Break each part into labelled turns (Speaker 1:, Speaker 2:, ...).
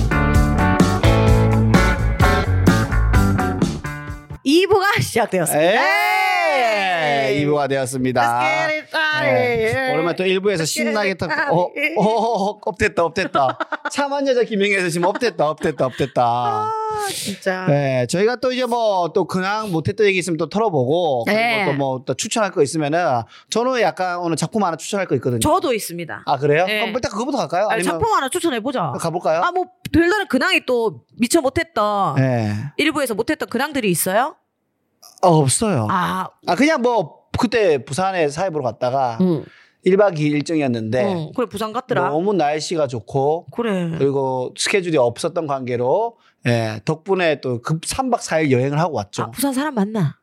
Speaker 1: 시작되었습니다.
Speaker 2: 예! 에이, 2부가 되었습니다.
Speaker 1: Let's get it started.
Speaker 2: 예. 오랜만에 또 1부에서 신나게 딱,
Speaker 1: 예.
Speaker 2: 어, 어, 어, 어, 업됐다, 업됐다. 참한 여자 김영애에서 지금 업됐다, 업됐다, 업됐다.
Speaker 1: 아, 진짜.
Speaker 2: 네, 저희가 또 이제 뭐 또 그냥 못했던 얘기 있으면 또 털어보고
Speaker 1: 네.
Speaker 2: 그리고 또 뭐 또 추천할 거 있으면은 저는 약간 오늘 작품 하나 추천할 거 있거든요.
Speaker 1: 저도 있습니다.
Speaker 2: 아 그래요?
Speaker 1: 네.
Speaker 2: 그럼 일단 그거부터 갈까요?
Speaker 1: 아니,
Speaker 2: 아니면
Speaker 1: 작품 하나 추천해 보자.
Speaker 2: 가볼까요?
Speaker 1: 아, 뭐 별다른 근황이 또 미처 못했던
Speaker 2: 네.
Speaker 1: 일부에서 못했던 근황들이 있어요?
Speaker 2: 아, 없어요. 아.
Speaker 1: 아,
Speaker 2: 그냥 뭐 그때 부산에 사입으로 갔다가
Speaker 1: 응.
Speaker 2: 1박 2일 일정이었는데
Speaker 1: 응. 아, 음. 그래 부산 갔더라.
Speaker 2: 음. 네.
Speaker 1: 네.
Speaker 2: 너무 날씨가 좋고
Speaker 1: 그래.
Speaker 2: 그리고 스케줄이 없었던 관계로 예, 덕분에 또급 3박 4일 여행을 하고 왔죠.
Speaker 1: 아, 부산 사람 만나.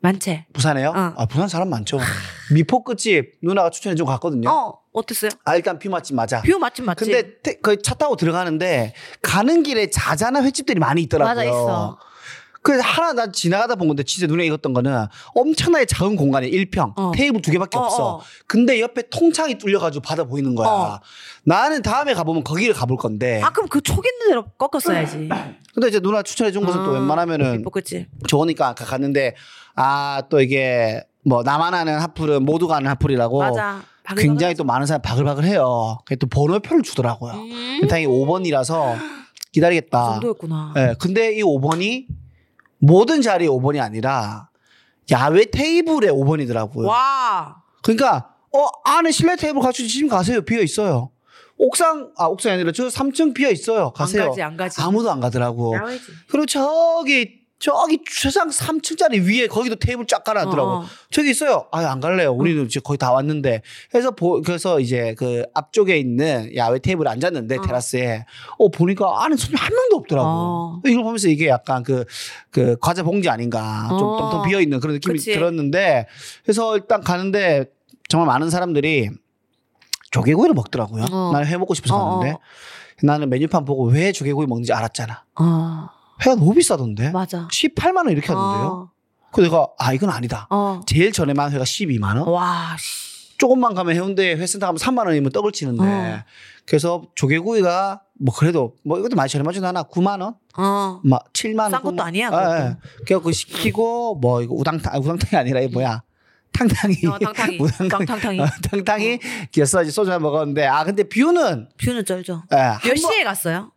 Speaker 1: 많지.
Speaker 2: 부산에요?
Speaker 1: 어.
Speaker 2: 아, 부산 사람 많죠. 미포 끝집 누나가 추천해 준 거 갔거든요.
Speaker 1: 어, 어땠어요?
Speaker 2: 아, 일단 뷰 맛집 맞아.
Speaker 1: 뷰 맛집 맞지?
Speaker 2: 근데 태- 거의 차 타고 들어가는데 가는 길에 자자나 횟집들이 많이 있더라고요.
Speaker 1: 맞아 있어.
Speaker 2: 그 하나 난 지나가다 본 건데 진짜 눈에 익었던 거는 엄청나게 작은 공간에 1평
Speaker 1: 어.
Speaker 2: 테이블 두 개밖에
Speaker 1: 어,
Speaker 2: 없어.
Speaker 1: 어.
Speaker 2: 근데 옆에 통창이 뚫려가지고 바다 보이는 거야.
Speaker 1: 어.
Speaker 2: 나는 다음에 가보면 거기를 가볼 건데.
Speaker 1: 아 그럼 그 촉 있는 대로 꺾었어야지.
Speaker 2: 근데 이제 누나 추천해 준 곳은 또
Speaker 1: 아,
Speaker 2: 웬만하면은
Speaker 1: 뭐 그치?
Speaker 2: 좋으니까 아까 갔는데 아 또 이게 뭐 나만 아는 핫플은 모두가 아는 핫플이라고
Speaker 1: 맞아. 방금
Speaker 2: 뭐, 굉장히 또 많은 사람이 바글바글 해요. 그게 또 번호표를
Speaker 1: 방금-
Speaker 2: 주더라고요.
Speaker 1: 음, 그
Speaker 2: 일당이 5번이라서 기다리겠다.
Speaker 1: 정도였구나.
Speaker 2: 예, 근데 이 5번이 모든 자리에 5번이 아니라 야외 테이블에 5번이더라고요.
Speaker 1: 와.
Speaker 2: 그러니까 어 안에 실내 테이블 갖추지 지금 가세요. 비어 있어요. 옥상 아 옥상이 아니라 저 3층 비어 있어요. 가세요.
Speaker 1: 안 가지 안 가지.
Speaker 2: 아무도 안 가더라고.
Speaker 1: 야외지.
Speaker 2: 그리고 저기 저기 최상 3층짜리 위에 거기도 테이블 쫙 깔아놨더라고.
Speaker 1: 어, 어.
Speaker 2: 저기 있어요. 아 안 갈래요. 우리는 이제 거의 다 왔는데. 그래서 보, 그래서 이제 그 앞쪽에 있는 야외 테이블 에 앉았는데
Speaker 1: 어.
Speaker 2: 테라스에 어 보니까 안에 손님 한 명도 없더라고.
Speaker 1: 어.
Speaker 2: 이걸 보면서 이게 약간 그 그 과자 봉지 아닌가 좀
Speaker 1: 어.
Speaker 2: 텅텅 비어 있는 그런 느낌이
Speaker 1: 그치.
Speaker 2: 들었는데 그래서 일단 가는데 정말 많은 사람들이 조개구이를 먹더라고요.
Speaker 1: 어.
Speaker 2: 나는 회 먹고 싶어서
Speaker 1: 어,
Speaker 2: 갔는데 나는 메뉴판 보고 왜 조개구이 먹는지 알았잖아.
Speaker 1: 어,
Speaker 2: 회가 너무 비싸던데.
Speaker 1: 맞아.
Speaker 2: 18만 원 이렇게 하던데요. 그래서 내가 아 이건 아니다.
Speaker 1: 어. 어.
Speaker 2: 제일 저렴한 회가 12만 원.
Speaker 1: 와, 씨.
Speaker 2: 조금만 가면 해운대 회센터 가면 3만 원이면 떡을 치는데
Speaker 1: 어.
Speaker 2: 그래서 조개구이가 뭐 그래도 뭐 이것도 많이 저렴하진 않아 9만 원,
Speaker 1: 어.
Speaker 2: 막 7만 원,
Speaker 1: 싼 것도
Speaker 2: 구만-
Speaker 1: 아니야,
Speaker 2: 예, 예. 그래서 그거 시키고 뭐 이거 우당탕 아, 우당탕이 아니라 이 뭐야 탕탕이
Speaker 1: 어, 탕탕이.
Speaker 2: 우당탕
Speaker 1: 탕탕이.
Speaker 2: 어, 탕탕이 기어서 소주 한 먹었는데 아 근데 뷰는
Speaker 1: 뷰는 쩔죠.
Speaker 2: 예, 한
Speaker 1: 몇
Speaker 2: 번-
Speaker 1: 시에 갔어요?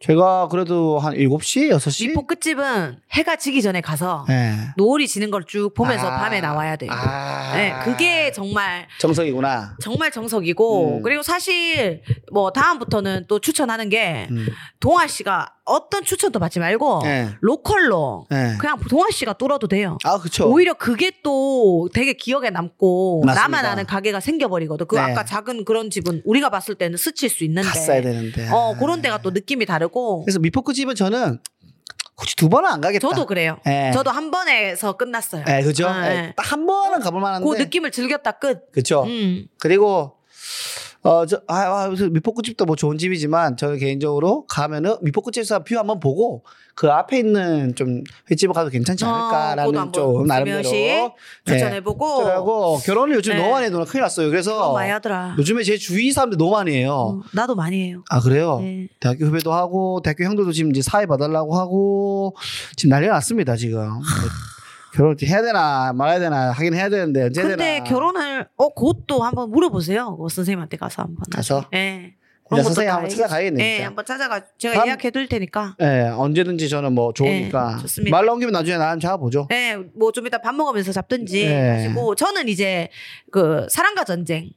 Speaker 2: 제가 그래도 한 7시 6시
Speaker 1: 미포 끝집은 해가 지기 전에 가서
Speaker 2: 예.
Speaker 1: 노을이 지는 걸 쭉 보면서
Speaker 2: 아.
Speaker 1: 밤에 나와야 돼요.
Speaker 2: 아.
Speaker 1: 네, 그게 정말
Speaker 2: 정석이구나.
Speaker 1: 정말 정석이고
Speaker 2: 음.
Speaker 1: 그리고 사실 뭐 다음부터는 또 추천하는 게
Speaker 2: 음.
Speaker 1: 동아 씨가 어떤 추천도 받지 말고
Speaker 2: 예.
Speaker 1: 로컬로
Speaker 2: 예.
Speaker 1: 그냥 동아 씨가 뚫어도 돼요.
Speaker 2: 아 그쵸.
Speaker 1: 오히려 그게 또 되게 기억에 남고
Speaker 2: 맞습니다.
Speaker 1: 나만 아는 가게가 생겨버리거든. 그
Speaker 2: 네.
Speaker 1: 아까 작은 그런 집은 우리가 봤을 때는 스칠 수 있는데
Speaker 2: 갔어야 되는데.
Speaker 1: 어 그런 데가 또 느낌이 다르고
Speaker 2: 그래서 미포크집은 저는 굳이 두 번은 안 가겠다.
Speaker 1: 저도 그래요.
Speaker 2: 예.
Speaker 1: 저도 한 번에서 끝났어요.
Speaker 2: 예, 그죠?
Speaker 1: 아, 예.
Speaker 2: 딱 한 번은 가볼 만한데. 어,
Speaker 1: 그 느낌을 즐겼다 끝.
Speaker 2: 그쵸.
Speaker 1: 음. 그리고
Speaker 2: 그리고 어, 저, 아, 아, 그래서 미포크집도 뭐 좋은 집이지만 저는 개인적으로 가면은 미포크집에서 뷰 한번 보고 그 앞에 있는 좀 횟집을 가도 괜찮지
Speaker 1: 어, 그것도
Speaker 2: 않을까라는
Speaker 1: 한번
Speaker 2: 좀 나름대로 네.
Speaker 1: 스며시 추천해보고
Speaker 2: 하고 결혼을 요즘
Speaker 1: 네.
Speaker 2: 너무 많이 해 누나 큰일 났어요.
Speaker 1: 그거
Speaker 2: 그래서
Speaker 1: 많이 하더라.
Speaker 2: 요즘에 제 주위 사람들 너무 많이 해요.
Speaker 1: 음, 나도 많이 해요.
Speaker 2: 아 그래요?
Speaker 1: 네.
Speaker 2: 대학교 후배도 하고 대학교 형들도 지금 이제 사회 봐달라고 하고 지금 난리 났습니다 지금 결혼 해야 되나 말아야 되나 하긴 해야 되는데 아. 언제
Speaker 1: 근데
Speaker 2: 되나
Speaker 1: 결혼을 어 그것도 한번 물어보세요. 그 선생님한테 가서 한번.
Speaker 2: 가서?
Speaker 1: 예. 네.
Speaker 2: 우리 선생님 한번 찾아가야겠네
Speaker 1: 예,
Speaker 2: 진짜
Speaker 1: 한번 찾아가. 제가
Speaker 2: 다음-
Speaker 1: 예약해 둘 테니까.
Speaker 2: 예 언제든지 저는 뭐 좋으니까
Speaker 1: 예, 좋습니다.
Speaker 2: 말 넘기면 나중에 나름 잡아보죠
Speaker 1: 예, 뭐 좀 이따 밥 먹으면서 잡든지
Speaker 2: 예.
Speaker 1: 하시고 저는 이제 그 사랑과 전쟁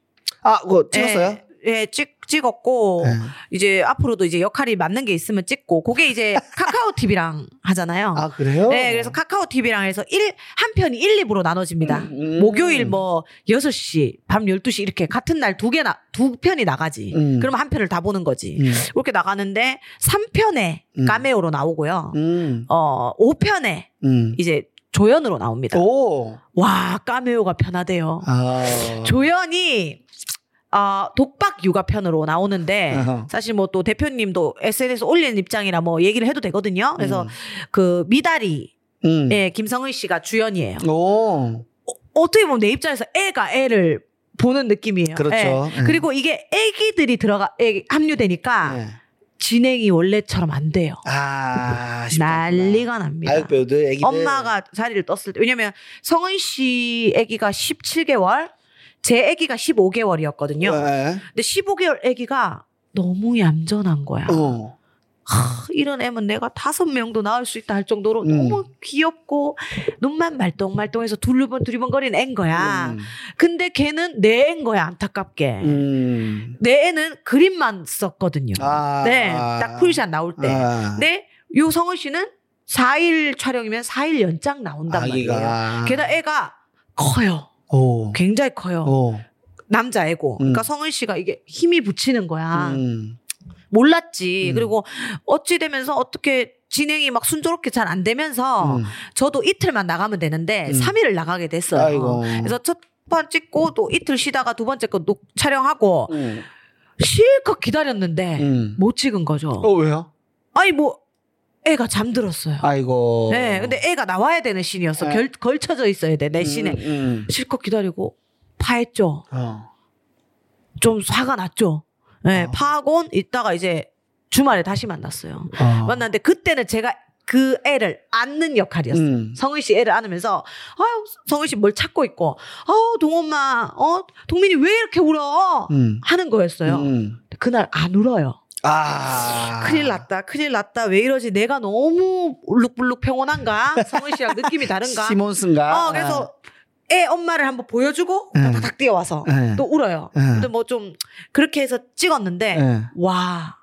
Speaker 2: 아 그거 찍었어요?
Speaker 1: 예, 예, 찍 찍었고
Speaker 2: 예.
Speaker 1: 이제 앞으로도 이제 역할이 맞는 게 있으면 찍고 그게 이제 카카오 TV랑 하잖아요.
Speaker 2: 아 그래요?
Speaker 1: 네, 그래서 카카오 TV랑 해서 일, 한 편이 1, 2부로 나눠집니다.
Speaker 2: 음.
Speaker 1: 목요일 뭐 6시, 밤 12시 이렇게 같은 날 두 개, 나, 두 편이 나가지.
Speaker 2: 음.
Speaker 1: 그러면 한 편을 다 보는 거지.
Speaker 2: 음.
Speaker 1: 그렇게 나가는데 3편에
Speaker 2: 음.
Speaker 1: 까메오로 나오고요.
Speaker 2: 음.
Speaker 1: 어, 5편에
Speaker 2: 음.
Speaker 1: 이제 조연으로 나옵니다.
Speaker 2: 오.
Speaker 1: 와, 까메오가 편하대요.
Speaker 2: 아.
Speaker 1: 조연이 아 독박 육아 편으로 나오는데
Speaker 2: 어허.
Speaker 1: 사실 뭐 또 대표님도 SNS 올리는 입장이라 뭐 얘기를 해도 되거든요. 그래서
Speaker 2: 음.
Speaker 1: 그 미달이
Speaker 2: 음.
Speaker 1: 예, 김성은 씨가 주연이에요.
Speaker 2: 오.
Speaker 1: 어, 떻게 보면 내 입장에서 애가 애를 보는 느낌이에요.
Speaker 2: 그렇죠.
Speaker 1: 예.
Speaker 2: 예.
Speaker 1: 그리고 이게 애기들이 들어가 애, 합류되니까
Speaker 2: 예.
Speaker 1: 진행이 원래처럼 안 돼요.
Speaker 2: 아, 아쉽다.
Speaker 1: 난리가 납니다.
Speaker 2: 아역 배우들 애기들
Speaker 1: 엄마가 자리를 떴을 때 왜냐면 성은 씨 아기가 17개월, 제 아기가 15개월이었거든요.
Speaker 2: 예.
Speaker 1: 근데 15개월 아기가 너무 얌전한 거야.
Speaker 2: 어.
Speaker 1: 하, 이런 애면 내가 다섯 명도 낳을 수 있다 할 정도로
Speaker 2: 음.
Speaker 1: 너무 귀엽고 눈만 말똥말똥해서 둘리번 두리번 거리는 애인 거야.
Speaker 2: 음.
Speaker 1: 근데 걔는 내 애인 거야 안타깝게.
Speaker 2: 음.
Speaker 1: 내 애는 그림만 썼거든요.
Speaker 2: 아.
Speaker 1: 네, 딱 풀샷 나올 때.
Speaker 2: 아.
Speaker 1: 근데 요 성은 씨는 4일 촬영이면 4일 연장 나온단 말이에요.
Speaker 2: 아기가 어.
Speaker 1: 게다가 어. 애가 커요.
Speaker 2: 오.
Speaker 1: 굉장히 커요.
Speaker 2: 오.
Speaker 1: 남자애고. 그러니까
Speaker 2: 어. 음.
Speaker 1: 성은 씨가 이게 힘이 붙이는 거야.
Speaker 2: 음.
Speaker 1: 몰랐지.
Speaker 2: 음.
Speaker 1: 그리고 어찌 되면서 어떻게 진행이 막 순조롭게 잘 안 되면서
Speaker 2: 음. 저도
Speaker 1: 저도 이틀만 나가면 되는데
Speaker 2: 음.
Speaker 1: 삼 3일을 나가게 됐어요.
Speaker 2: 아이고.
Speaker 1: 그래서 첫 번 찍고 또 이틀 쉬다가 두 번째 거 녹- 촬영하고
Speaker 2: 음.
Speaker 1: 실컷 기다렸는데
Speaker 2: 음.
Speaker 1: 못 찍은 거죠.
Speaker 2: 어 왜요?
Speaker 1: 아니 뭐 애가 잠들었어요.
Speaker 2: 아이고.
Speaker 1: 네, 근데 애가 나와야 되는 신이었어.
Speaker 2: 네.
Speaker 1: 결, 걸쳐져 있어야 돼, 내
Speaker 2: 음,
Speaker 1: 신에.
Speaker 2: 음.
Speaker 1: 실컷 기다리고 파했죠.
Speaker 2: 어.
Speaker 1: 좀 화가 났죠. 네,
Speaker 2: 아.
Speaker 1: 파하곤 있다가 이제 주말에 다시 만났어요.
Speaker 2: 어.
Speaker 1: 네. 만났는데 그때는 제가 그 애를 안는 역할이었어요.
Speaker 2: 음.
Speaker 1: 성은 씨 애를 안으면서 아유 성은 씨 뭘 찾고 있고 아우 동엄마 어 동민이 왜 이렇게 울어
Speaker 2: 음.
Speaker 1: 하는 거였어요.
Speaker 2: 음.
Speaker 1: 그날 안 울어요.
Speaker 2: 아.
Speaker 1: 큰일 났다 큰일 났다 왜 이러지 내가 너무 울룩불룩 평온한가 성은 씨랑 느낌이 다른가
Speaker 2: 시몬슨가.
Speaker 1: 어, 그래서 애 엄마를 한번 보여주고
Speaker 2: 아. 음.
Speaker 1: 다닥 뛰어와서
Speaker 2: 음.
Speaker 1: 또 네. 울어요.
Speaker 2: 음.
Speaker 1: 근데 뭐 좀 그렇게 해서 찍었는데
Speaker 2: 예.
Speaker 1: 와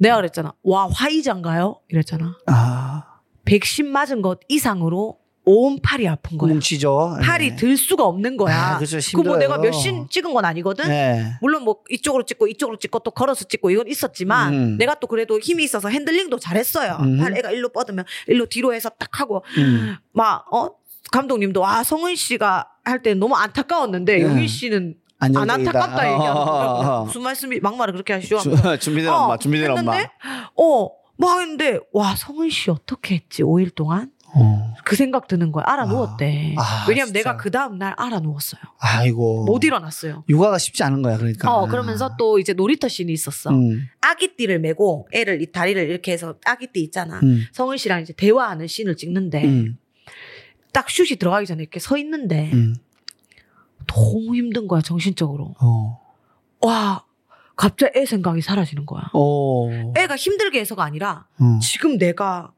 Speaker 1: 내가 그랬잖아. 와 화이자인가요? 이랬잖아.
Speaker 2: 아.
Speaker 1: 백신 맞은 것 이상으로 온 팔이 아픈 거야.
Speaker 2: 뭉치죠. 예.
Speaker 1: 팔이 들 수가 없는 거야.
Speaker 2: 아, 그렇죠.
Speaker 1: 뭐
Speaker 2: 힘들어요.
Speaker 1: 내가 몇 신 찍은 건 아니거든.
Speaker 2: 예.
Speaker 1: 물론 뭐 이쪽으로 찍고 이쪽으로 찍고 또 걸어서 찍고 이건 있었지만
Speaker 2: 음.
Speaker 1: 내가 또 그래도 힘이 있어서 핸들링도 잘했어요.
Speaker 2: 음.
Speaker 1: 팔 애가 일로 뻗으면 일로 뒤로 해서 딱 하고
Speaker 2: 음.
Speaker 1: 막, 어? 감독님도, 아, 성은 씨가 할 때는 너무 안타까웠는데,
Speaker 2: 예.
Speaker 1: 영희 씨는 안 안타깝다
Speaker 2: 어,
Speaker 1: 얘기하는 거야. 무슨 말씀이, 막말을 그렇게 하시죠?
Speaker 2: 준비된
Speaker 1: 어,
Speaker 2: 엄마, 준비된 엄마.
Speaker 1: 했는데, 어, 뭐 했는데, 와, 성은 씨 어떻게 했지, 5일 동안?
Speaker 2: 어.
Speaker 1: 그 생각 드는 거야. 알아
Speaker 2: 아.
Speaker 1: 누웠대.
Speaker 2: 아,
Speaker 1: 왜냐면
Speaker 2: 진짜.
Speaker 1: 내가 그 다음날 알아 누웠어요.
Speaker 2: 아이고.
Speaker 1: 못 일어났어요.
Speaker 2: 육아가 쉽지 않은 거야, 그러니까.
Speaker 1: 어, 그러면서 또 이제 놀이터 씬이 있었어.
Speaker 2: 음,
Speaker 1: 아기띠를 메고 애를 이 다리를 이렇게 해서 아기띠 있잖아.
Speaker 2: 음,
Speaker 1: 성은 씨랑 이제 대화하는 씬을 찍는데
Speaker 2: 음,
Speaker 1: 딱 슛이 들어가기 전에 이렇게 서 있는데
Speaker 2: 음.
Speaker 1: 너무 힘든 거야 정신적으로
Speaker 2: 어.
Speaker 1: 와 갑자기 애 생각이 사라지는 거야
Speaker 2: 어.
Speaker 1: 애가 힘들게 해서가 아니라
Speaker 2: 어.
Speaker 1: 지금 내가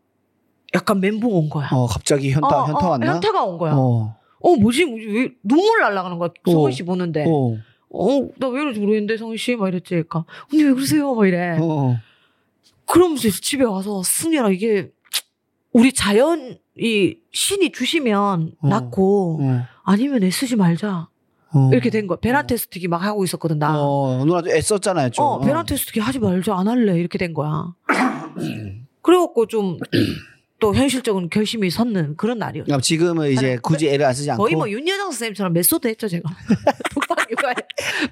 Speaker 1: 약간 멘붕 온 거야
Speaker 2: 어, 갑자기 현타,
Speaker 1: 어,
Speaker 2: 현타
Speaker 1: 어,
Speaker 2: 왔나?
Speaker 1: 현타가 온 거야 어,
Speaker 2: 어.
Speaker 1: 뭐지 뭐지 왜 눈물 날라가는 거야
Speaker 2: 어.
Speaker 1: 성훈 씨 보는데
Speaker 2: 어.
Speaker 1: 어 나 왜 이러지 모르겠는데 성훈 씨막 이랬지 그러니까 언니 왜 그러세요 막 이래
Speaker 2: 어.
Speaker 1: 그러면서 이제 집에 와서 승열아 이게 우리 자연이 신이 주시면
Speaker 2: 어.
Speaker 1: 낫고
Speaker 2: 어.
Speaker 1: 아니면 애쓰지 말자
Speaker 2: 어.
Speaker 1: 이렇게 된 거야 베란
Speaker 2: 어.
Speaker 1: 테스트기 막 하고 있었거든 나
Speaker 2: 어, 누나도 애썼잖아요, 좀.
Speaker 1: 어, 베란 테스트 하지 말자, 안 할래. 이렇게 된 거야. 그래갖고 좀 또 현실적인 결심이 섰는 그런 날이었죠.
Speaker 2: 그러니까 지금은 이제
Speaker 1: 아니,
Speaker 2: 굳이 애를 안 쓰지 않고.
Speaker 1: 거의 뭐 윤여정 선생님처럼 메소드 했죠, 제가. 독방 육아에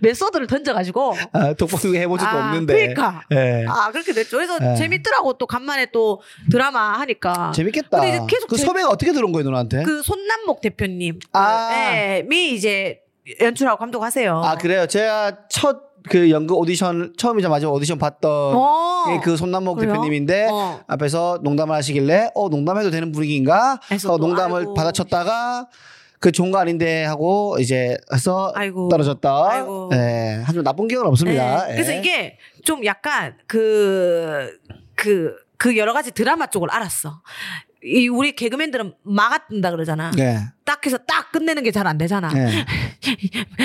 Speaker 1: 메소드를 던져가지고.
Speaker 2: 아, 독보기 해본 적도
Speaker 1: 아,
Speaker 2: 없는데.
Speaker 1: 그러니까.
Speaker 2: 예.
Speaker 1: 아, 그렇게 됐죠. 그래서
Speaker 2: 예.
Speaker 1: 재밌더라고. 또 간만에 또 드라마 하니까.
Speaker 2: 재밌겠다.
Speaker 1: 아. 근데 이제 계속
Speaker 2: 그
Speaker 1: 재-
Speaker 2: 섭외가 어떻게 들어온 거예요, 누나한테?
Speaker 1: 그 손남목 대표님.
Speaker 2: 아.
Speaker 1: 예, 미 이제 연출하고 감독하세요.
Speaker 2: 아 그래요. 제가 첫 그 연극 오디션 처음이자 마지막 오디션 봤던
Speaker 1: 어.
Speaker 2: 게그 손남목
Speaker 1: 그래요?
Speaker 2: 대표님인데
Speaker 1: 어.
Speaker 2: 앞에서 농담을 하시길래 어 농담해도 되는 분위기인가?
Speaker 1: 해서
Speaker 2: 어,
Speaker 1: 또
Speaker 2: 농담을
Speaker 1: 아이고.
Speaker 2: 받아쳤다가 그 좋은 거 아닌데 하고 이제 해서
Speaker 1: 아이고.
Speaker 2: 떨어졌다.
Speaker 1: 아이고.
Speaker 2: 예, 하지만 나쁜 기억은 없습니다.
Speaker 1: 네.
Speaker 2: 예.
Speaker 1: 그래서 이게 좀 약간 그, 그, 그 여러 가지 드라마 쪽을 알았어. 이 우리 개그맨들은 막아뜬다 그러잖아.
Speaker 2: 예,
Speaker 1: 딱 해서 딱 끝내는 게 잘 안 되잖아.
Speaker 2: 예.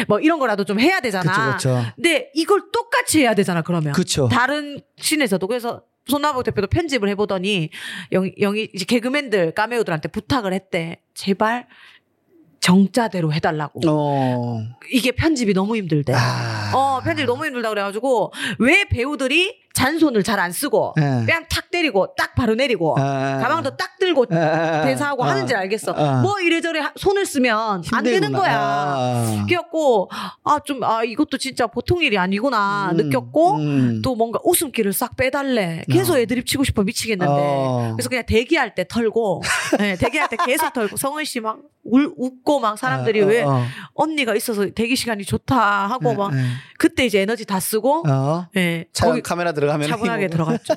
Speaker 1: 뭐 이런 거라도 좀 해야 되잖아.
Speaker 2: 그쵸 그쵸
Speaker 1: 근데 이걸 똑같이 해야 되잖아, 그러면.
Speaker 2: 그쵸.
Speaker 1: 다른 신에서도. 그래서 손나복 대표도 편집을 해보더니 영, 영이 이제 개그맨들, 까메오들한테 부탁을 했대. 제발 정자대로 해달라고.
Speaker 2: 어.
Speaker 1: 이게 편집이 너무 힘들대.
Speaker 2: 아.
Speaker 1: 어, 편집이 너무 힘들다 그래가지고, 왜 배우들이 잔손을 잘 안 쓰고,
Speaker 2: 예.
Speaker 1: 뺨 탁 때리고, 딱 바로 내리고,
Speaker 2: 아.
Speaker 1: 가방도 딱 들고,
Speaker 2: 아.
Speaker 1: 대사하고
Speaker 2: 아.
Speaker 1: 하는지 알겠어.
Speaker 2: 아.
Speaker 1: 뭐 이래저래 하- 손을 쓰면 안 되는
Speaker 2: 힘들구나.
Speaker 1: 거야.
Speaker 2: 아.
Speaker 1: 느꼈고, 아, 좀, 아, 이것도 진짜 보통 일이 아니구나
Speaker 2: 음,
Speaker 1: 느꼈고,
Speaker 2: 음.
Speaker 1: 또 뭔가 웃음기를 싹 빼달래. 계속
Speaker 2: 어.
Speaker 1: 애드립 치고 싶어 미치겠는데.
Speaker 2: 어.
Speaker 1: 그래서 그냥 대기할 때 털고, 네, 대기할 때 계속 털고, 성은 씨 막 웃고 막 사람들이
Speaker 2: 어, 어,
Speaker 1: 왜
Speaker 2: 어.
Speaker 1: 언니가 있어서 대기 시간이 좋다 하고 막
Speaker 2: 예, 예.
Speaker 1: 그때 이제 에너지 다 쓰고
Speaker 2: 어.
Speaker 1: 예
Speaker 2: 차
Speaker 1: 거기
Speaker 2: 카메라 들어가면
Speaker 1: 차분하게
Speaker 2: 힘-
Speaker 1: 들어갔죠.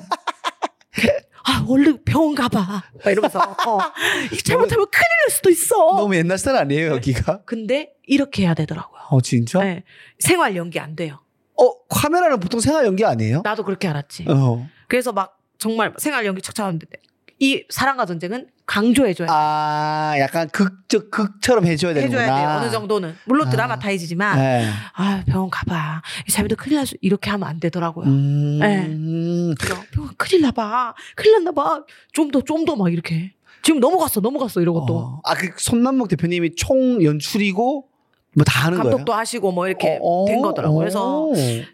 Speaker 1: 아 얼른 병원 가봐. 막 이러면서 어, 이거 잘못하면 큰일 날 수도 있어.
Speaker 2: 너무 옛날 스타일 아니에요 여기가?
Speaker 1: 근데 이렇게 해야 되더라고요.
Speaker 2: 어 진짜?
Speaker 1: 네. 생활 연기 안 돼요.
Speaker 2: 어 카메라는 보통 생활 연기 아니에요?
Speaker 1: 나도 그렇게 알았지.
Speaker 2: 어.
Speaker 1: 그래서 막 정말 생활 연기 척척하는데 이 사랑과 전쟁은 강조해줘야
Speaker 2: 아 약간 극적 극처럼 해줘야
Speaker 1: 돼.
Speaker 2: 되는구나.
Speaker 1: 해줘야 돼요. 어느 정도는 물론
Speaker 2: 아.
Speaker 1: 드라마타이즈지만
Speaker 2: 네.
Speaker 1: 아 병원 가봐. 이 자매도 큰일 날수 이렇게 하면 안 되더라고요.
Speaker 2: 음.
Speaker 1: 그래서 병원 큰일 나봐. 큰일 났나봐. 좀 더 좀 더 막 이렇게 지금 넘어갔어 넘어갔어 이러고 또
Speaker 2: 어. 아그 손남목 대표님이 총 연출이고 뭐 다 하는
Speaker 1: 감독도
Speaker 2: 거예요?
Speaker 1: 하시고 뭐 이렇게
Speaker 2: 어,
Speaker 1: 된 거더라고요.
Speaker 2: 어.
Speaker 1: 그래서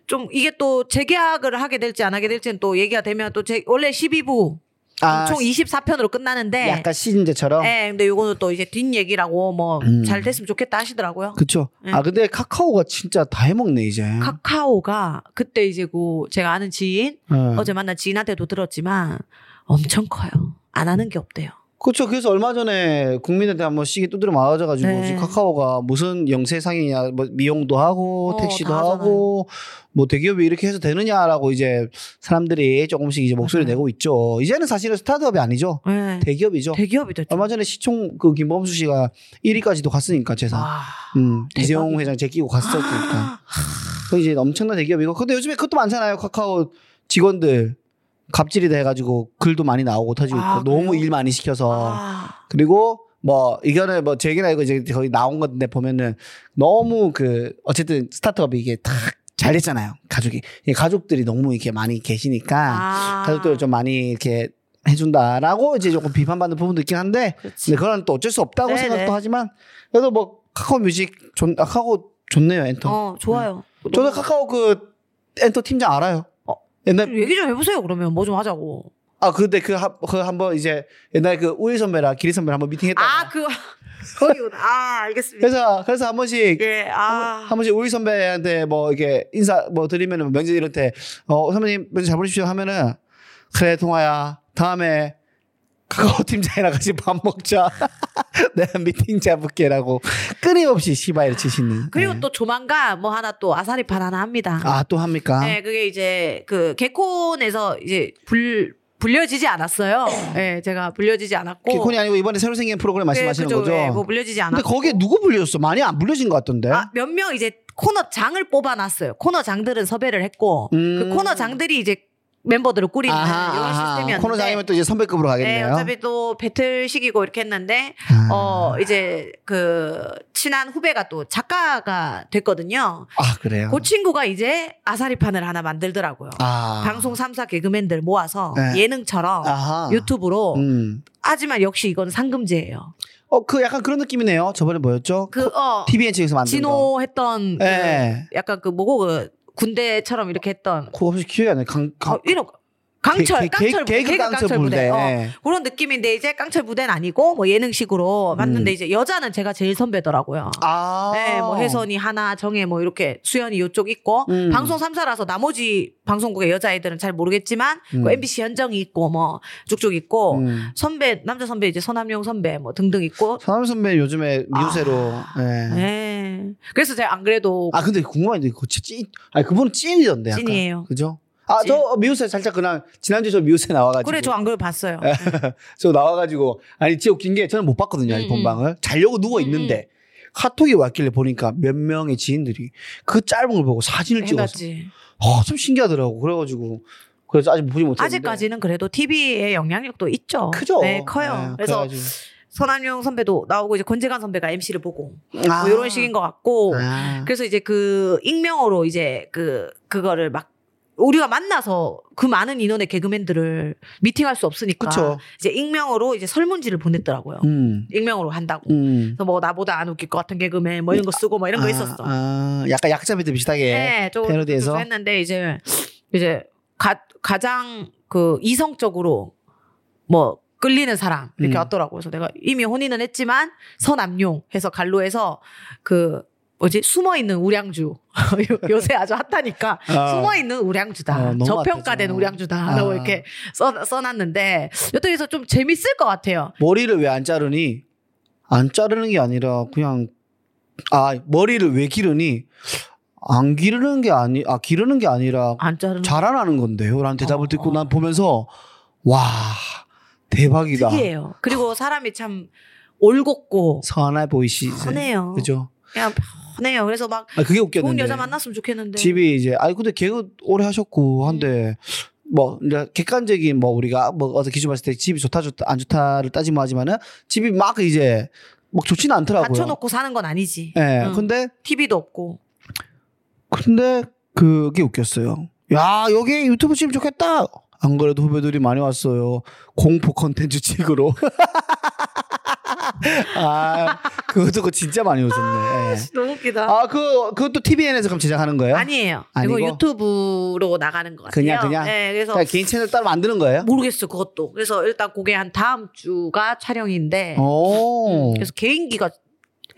Speaker 1: 좀 이게 또 재계약을 하게 될지 안 하게 될지는 또 얘기가 되면 또 제, 원래 12부
Speaker 2: 아,
Speaker 1: 총 24편으로 끝나는데
Speaker 2: 약간 시즌제처럼.
Speaker 1: 예, 근데 요거는 또 이제 뒷 얘기라고 뭐
Speaker 2: 어. 음.
Speaker 1: 잘 됐으면 좋겠다 하시더라고요.
Speaker 2: 그쵸. 음.
Speaker 1: 네.
Speaker 2: 아, 근데 카카오가 진짜 다 해먹네, 이제.
Speaker 1: 카카오가 그때 이제 그 제가 아는 지인
Speaker 2: 네.
Speaker 1: 어제 만난 지인한테도 들었지만 엄청 커요. 안 하는 게 없대요.
Speaker 2: 그렇죠. 그래서 얼마 전에 국민한테 한번 시계 두드려 맞아가지고
Speaker 1: 네.
Speaker 2: 지금 카카오가 무슨 영세상이냐, 뭐 미용도 하고
Speaker 1: 어,
Speaker 2: 택시도
Speaker 1: 다 하잖아요.
Speaker 2: 하고 뭐 대기업이 이렇게 해서 되느냐라고 이제 사람들이 조금씩 이제 목소리
Speaker 1: 맞아요.
Speaker 2: 내고 있죠. 이제는 사실은 스타트업이 아니죠.
Speaker 1: 예.
Speaker 2: 대기업이죠.
Speaker 1: 대기업이 됐죠.
Speaker 2: 얼마 전에 시총 그 김범수 씨가 1위까지도 갔으니까 재산.
Speaker 1: 와.
Speaker 2: 음, 이재용
Speaker 1: 대박이다. 아.
Speaker 2: 회장 제끼고 갔었으니까. 그 이제 엄청난 대기업이고. 근데 요즘에 그것도 많잖아요. 카카오 직원들 갑질이다 해가지고 글도 많이 나오고 터지고
Speaker 1: 아,
Speaker 2: 있고 너무
Speaker 1: 그래요?
Speaker 2: 일 많이 시켜서
Speaker 1: 아,
Speaker 2: 그리고 뭐 이거는 뭐 제기나 이거 이제 거의 나온 건데 보면은 너무 그 어쨌든 스타트업이 이게 탁 잘 됐잖아요 가족이 이 가족들이 너무 이렇게 많이 계시니까
Speaker 1: 아.
Speaker 2: 가족들을 좀 많이 이렇게 해준다라고 이제 조금 비판받는 부분도 있긴 한데
Speaker 1: 그렇지.
Speaker 2: 근데 그건 또 어쩔 수 없다고
Speaker 1: 네네.
Speaker 2: 생각도 하지만 그래도 뭐 카카오 뮤직 존 아, 카카오 좋네요 엔터
Speaker 1: 어 좋아요.
Speaker 2: 저도 카카오 그 엔터 팀장 알아요
Speaker 1: 어.
Speaker 2: 옛날
Speaker 1: 좀 얘기 좀 해보세요 그러면 뭐 좀 하자고.
Speaker 2: 아 근데 그그 한번 이제 옛날 그 우일 선배랑 기리 선배랑 한번 미팅했다
Speaker 1: 아 그 거기구나. 아 알겠습니다.
Speaker 2: 그러니까. 그래서 그래서 한 번씩
Speaker 1: 예, 아.
Speaker 2: 한 번씩 우리 선배한테 뭐 이렇게 인사 뭐 드리면은 명절 이럴 때어 선배님 명절 잘 보십시오 하면은 그래 동아야 다음에 카카오 팀장이랑 같이 밥 먹자 내가 미팅 잡을게라고 끊임없이 시바이를 치시는
Speaker 1: 그리고 또 조만간 뭐 하나 또 아사리판 하나 합니다.
Speaker 2: 네. 아또 합니까
Speaker 1: 네, 그게 이제 그 개콘에서 이제 불 불려지지 않았어요. 네, 제가 불려지지 않았고.
Speaker 2: 음.
Speaker 1: 네,
Speaker 2: 개콘이 아니고 이번에 새로 생긴 프로그램 말씀하시는
Speaker 1: 그죠,
Speaker 2: 거죠
Speaker 1: 예, 뭐 불려지지
Speaker 2: 근데
Speaker 1: 않았고.
Speaker 2: 거기에 누구 불렸어 많이 안 불려진 것 같던데
Speaker 1: 아, 몇 명 이제 코너 장을 뽑아놨어요. 코너 장들은 섭외를 했고
Speaker 2: 음.
Speaker 1: 그 코너 장들이 이제 멤버들을 꾸리는 네,
Speaker 2: 아하,
Speaker 1: 이런
Speaker 2: 아하.
Speaker 1: 시스템이었는데.
Speaker 2: 코너장이면 또 이제 선배급으로
Speaker 1: 네,
Speaker 2: 가겠네요
Speaker 1: 어차피 또 배틀식이고 이렇게 했는데
Speaker 2: 아.
Speaker 1: 어 이제 그 친한 후배가 또 작가가 됐거든요.
Speaker 2: 아 그래요
Speaker 1: 그 친구가 이제 아사리판을 하나 만들더라고요.
Speaker 2: 아
Speaker 1: 방송 3사 개그맨들 모아서
Speaker 2: 네.
Speaker 1: 예능처럼
Speaker 2: 아하.
Speaker 1: 유튜브로
Speaker 2: 음.
Speaker 1: 하지만 역시 이건 상금제예요.
Speaker 2: 어, 그 약간 그런 느낌이네요. 저번에 뭐였죠?
Speaker 1: 그, 어,
Speaker 2: TVN 측에서 만든 거.
Speaker 1: 진호 했던 그
Speaker 2: 예.
Speaker 1: 약간 그 뭐고 그 군대처럼 이렇게 했던
Speaker 2: 그거 혹시 기억이 안 나요? 강, 강,
Speaker 1: 어, 이런 거. 강철,
Speaker 2: 개- 개-
Speaker 1: 깡철,
Speaker 2: 개그
Speaker 1: 개그
Speaker 2: 깡철 부대.
Speaker 1: 어,
Speaker 2: 예.
Speaker 1: 그런 느낌인데 이제 깡철 부대는 아니고 뭐 예능식으로 봤는데
Speaker 2: 음.
Speaker 1: 이제 여자는 제가 제일 선배더라고요.
Speaker 2: 아.
Speaker 1: 네, 뭐 혜선이 하나, 정혜 뭐 이렇게 수연이 요쪽 있고
Speaker 2: 음.
Speaker 1: 방송 3사라서 나머지 방송국의 여자애들은 잘 모르겠지만
Speaker 2: 음.
Speaker 1: 그 MBC 현정이 있고 뭐 쭉쭉 있고
Speaker 2: 음.
Speaker 1: 선배 남자 선배 이제 서남용 선배 뭐 등등 있고
Speaker 2: 서남 선배 요즘에 미우새로.
Speaker 1: 아.
Speaker 2: 예.
Speaker 1: 네. 그래서 제가 안 그래도
Speaker 2: 아, 근데 궁금한데, 그거 진짜 찐, 아니, 그분은 찐이던데. 약간.
Speaker 1: 찐이에요.
Speaker 2: 그죠? 아,
Speaker 1: 찐.
Speaker 2: 저 미우새 살짝 그냥, 지난주에 저 미우새 나와가지고. 네,
Speaker 1: 그래 저 안 그래도 봤어요. 네,
Speaker 2: 저 나와가지고. 아니, 진짜 웃긴 게 저는 못 봤거든요, 이
Speaker 1: 음,
Speaker 2: 본방을. 자려고 누워있는데. 카톡이 왔길래 보니까 몇 명의 지인들이 그 짧은 걸 보고
Speaker 1: 네,
Speaker 2: 사진을 찍어서
Speaker 1: 해놨지.
Speaker 2: 아, 참 신기하더라고. 그래가지고 그래서 아직 보지 못했는데
Speaker 1: 아직까지는 그래도 TV의 영향력도 있죠.
Speaker 2: 그렇죠. 크죠.
Speaker 1: 네, 커요.
Speaker 2: 네,
Speaker 1: 그래서
Speaker 2: 그래가지고.
Speaker 1: 서남용 선배도 나오고 이제 권재관 선배가 MC를 보고
Speaker 2: 아.
Speaker 1: 뭐 이런 식인 것 같고
Speaker 2: 아.
Speaker 1: 그래서 이제 그 익명으로 이제 그 그거를 막 우리가 만나서 그 많은 인원의 개그맨들을 미팅할 수 없으니까
Speaker 2: 그쵸.
Speaker 1: 이제 익명으로 이제 설문지를 보냈더라고요.
Speaker 2: 음.
Speaker 1: 익명으로 한다고.
Speaker 2: 음.
Speaker 1: 그래서 뭐 나보다 안 웃길 것 같은 개그맨 뭐 이런 거 쓰고 뭐 이런 거
Speaker 2: 아,
Speaker 1: 있었어.
Speaker 2: 아, 약간 약자비도 비슷하게.
Speaker 1: 네, 좀
Speaker 2: 패러디해서?
Speaker 1: 좀 했는데 이제 이제 가, 가장 그 이성적으로 뭐 끌리는 사람 이렇게
Speaker 2: 음.
Speaker 1: 왔더라고요. 그래서 내가 이미 혼인은 했지만 서남용 해서 갈로에서 그 뭐지 숨어 있는 우량주 요- 요새 아주 핫하니까
Speaker 2: 아.
Speaker 1: 숨어 있는 우량주다
Speaker 2: 어, 너무
Speaker 1: 저평가된
Speaker 2: 핫하죠.
Speaker 1: 우량주다라고
Speaker 2: 아.
Speaker 1: 이렇게 써 써놨는데 여튼 해서 좀 재밌을 것 같아요.
Speaker 2: 머리를 왜 안 자르니? 안 자르는 게 아니라 그냥 아 머리를 왜 기르니? 안 기르는 게 아니 아 기르는 게 아니라
Speaker 1: 안 자르는
Speaker 2: 잘하는 건데요. 라는 대답을
Speaker 1: 어,
Speaker 2: 듣고
Speaker 1: 어.
Speaker 2: 난 보면서 와 대박이다.
Speaker 1: 특이해요. 그리고 사람이 참 올곧고
Speaker 2: 선해 보이시죠.
Speaker 1: 편해요.
Speaker 2: 네. 그죠?
Speaker 1: 그냥 편해요. 그래서 막
Speaker 2: 아 그게
Speaker 1: 좋은
Speaker 2: 웃겼는데
Speaker 1: 여자 만났으면 좋겠는데.
Speaker 2: 집이 이제 아니 근데 개그 오래 하셨고 한데 뭐 이제 객관적인 뭐 우리가 뭐 어제 기준 봤을 때 집이 좋다 좋다 안 좋다를 따지면 하지만은 집이 막 이제 막 좋지는 않더라고요.
Speaker 1: 갖춰놓고 사는 건 아니지.
Speaker 2: 예.
Speaker 1: 응.
Speaker 2: 근데
Speaker 1: TV도 없고.
Speaker 2: 근데 그게 웃겼어요. 야 여기 유튜브 찍으면 좋겠다. 안 그래도 후배들이 많이 왔어요. 공포 컨텐츠 찍으러. 아 그것도 그 진짜 많이 웃었네. 예.
Speaker 1: 너무 웃기다.
Speaker 2: 아 그 그것도 TVN에서 그럼 제작하는 거예요?
Speaker 1: 어, 아니에요.
Speaker 2: 아니고?
Speaker 1: 이거 유튜브로 나가는 것 같아요.
Speaker 2: 그냥, 그냥?
Speaker 1: 네, 그래서
Speaker 2: 그냥 개인 채널 따로 만드는 거예요?
Speaker 1: 모르겠어 그것도. 그래서 일단 그게 한 다음 주가 촬영인데.
Speaker 2: 오.
Speaker 1: 음, 네. 그래서 개인기가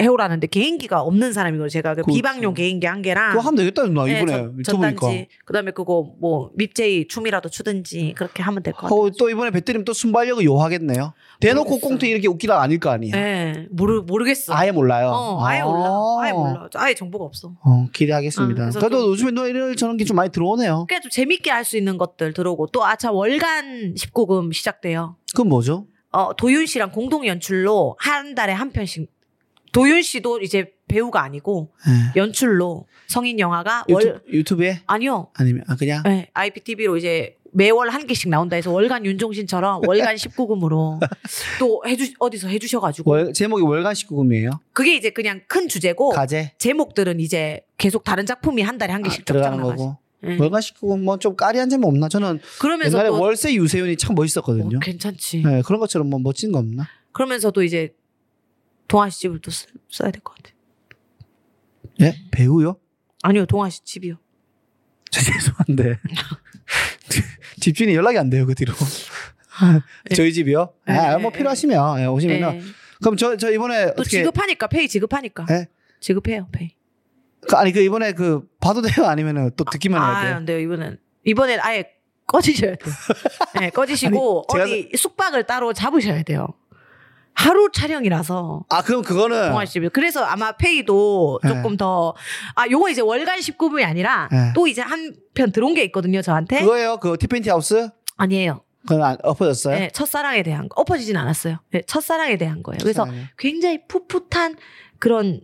Speaker 1: 해오라는데 개인기가 없는 사람이고 제가 그
Speaker 2: 그-
Speaker 1: 비방용 개인기 한 개랑.
Speaker 2: 그거 하면 되겠다 나
Speaker 1: 네,
Speaker 2: 이번에
Speaker 1: 전-
Speaker 2: 유튜브니까.
Speaker 1: 전단지. 그다음에 그거 뭐 밉제이 춤이라도 추든지 그렇게 하면 될 것 같아요.
Speaker 2: 어, 또 이번에 배때리면 또 순발력을 요하겠네요. 대놓고
Speaker 1: 모르겠어요.
Speaker 2: 꽁트 이렇게 웃기다 아닐 거 아니에요.
Speaker 1: 네, 모르 모르겠어.
Speaker 2: 아예 몰라요.
Speaker 1: 어, 아예
Speaker 2: 아.
Speaker 1: 몰라. 아예 몰라. 아예 정보가 없어.
Speaker 2: 어, 기대하겠습니다.
Speaker 1: 응, 그래서
Speaker 2: 그래도
Speaker 1: 좀-
Speaker 2: 요즘에 너 이런 저런 게 좀 많이 들어오네요.
Speaker 1: 그냥 좀 재밌게 할 수 있는 것들 들어오고 또 아차 월간 19금 시작돼요.
Speaker 2: 그건 뭐죠?
Speaker 1: 어, 도윤 씨랑 공동 연출로 한 달에 한 편씩 도윤 씨도 이제 배우가 아니고
Speaker 2: 예.
Speaker 1: 연출로 성인 영화가 월
Speaker 2: 유튜브, 유튜브에
Speaker 1: 아니요.
Speaker 2: 아니면 아 그냥
Speaker 1: 네, IPTV로 이제 매월 한 개씩 나온다 해서 월간 윤종신처럼 월간 19금으로 또 해주 어디서 해주셔 가지고
Speaker 2: 월, 제목이 월간 19금이에요.
Speaker 1: 그게 이제 그냥 큰 주제고
Speaker 2: 가제
Speaker 1: 제목들은 이제 계속 다른 작품이 한 달에 어. 한 개씩
Speaker 2: 아, 들어가는
Speaker 1: 쫙쫙 나가지.
Speaker 2: 거고.
Speaker 1: 예.
Speaker 2: 월간 19금 뭐 좀 까리한 점은 없나? 저는
Speaker 1: 그러면서
Speaker 2: 옛날에
Speaker 1: 또
Speaker 2: 월세 유세윤이 참 멋있었거든요.
Speaker 1: 어, 괜찮지.
Speaker 2: 예, 그런 것처럼 뭐 멋진 거 없나?
Speaker 1: 그러면서도 이제 동아 씨 집을 또 쓰- 써야 될 것 같아.
Speaker 2: 예? 배우요?
Speaker 1: 아니요, 동아 씨 집이요.
Speaker 2: 저 죄송한데 집주인이 연락이 안 돼요 그 뒤로 저희 집이요?
Speaker 1: 아, 예,
Speaker 2: 아, 뭐
Speaker 1: 예,
Speaker 2: 필요하시면 예, 오시면
Speaker 1: 예.
Speaker 2: 그럼 저 저 이번에
Speaker 1: 또
Speaker 2: 어떻게
Speaker 1: 지급하니까 페이 지급하니까.
Speaker 2: 예?
Speaker 1: 지급해요 페이.
Speaker 2: 그, 아니 그 이번에 그 봐도 돼요 아니면 또 듣기만 해야 돼요?
Speaker 1: 아안 돼요 이번엔 이번엔 아예 꺼지셔야 돼요. 네, 꺼지시고
Speaker 2: 아니, 그-
Speaker 1: 어디 숙박을 따로 잡으셔야 돼요. 하루 촬영이라서
Speaker 2: 아 그럼 그거는
Speaker 1: 동아 씨 집. 그래서 아마 페이도
Speaker 2: 예.
Speaker 1: 조금 더 아 요거 이제 월간 19분이 아니라
Speaker 2: 예.
Speaker 1: 또 이제 한 편 들어온 게 있거든요 저한테.
Speaker 2: 그거예요 그 티팬티 하우스
Speaker 1: 아니에요.
Speaker 2: 그건 안, 엎어졌어요?
Speaker 1: 네, 첫사랑에 대한 거 엎어지진 않았어요. 네, 첫사랑에 대한 거예요. 그래서
Speaker 2: 사랑해요.
Speaker 1: 굉장히 풋풋한 그런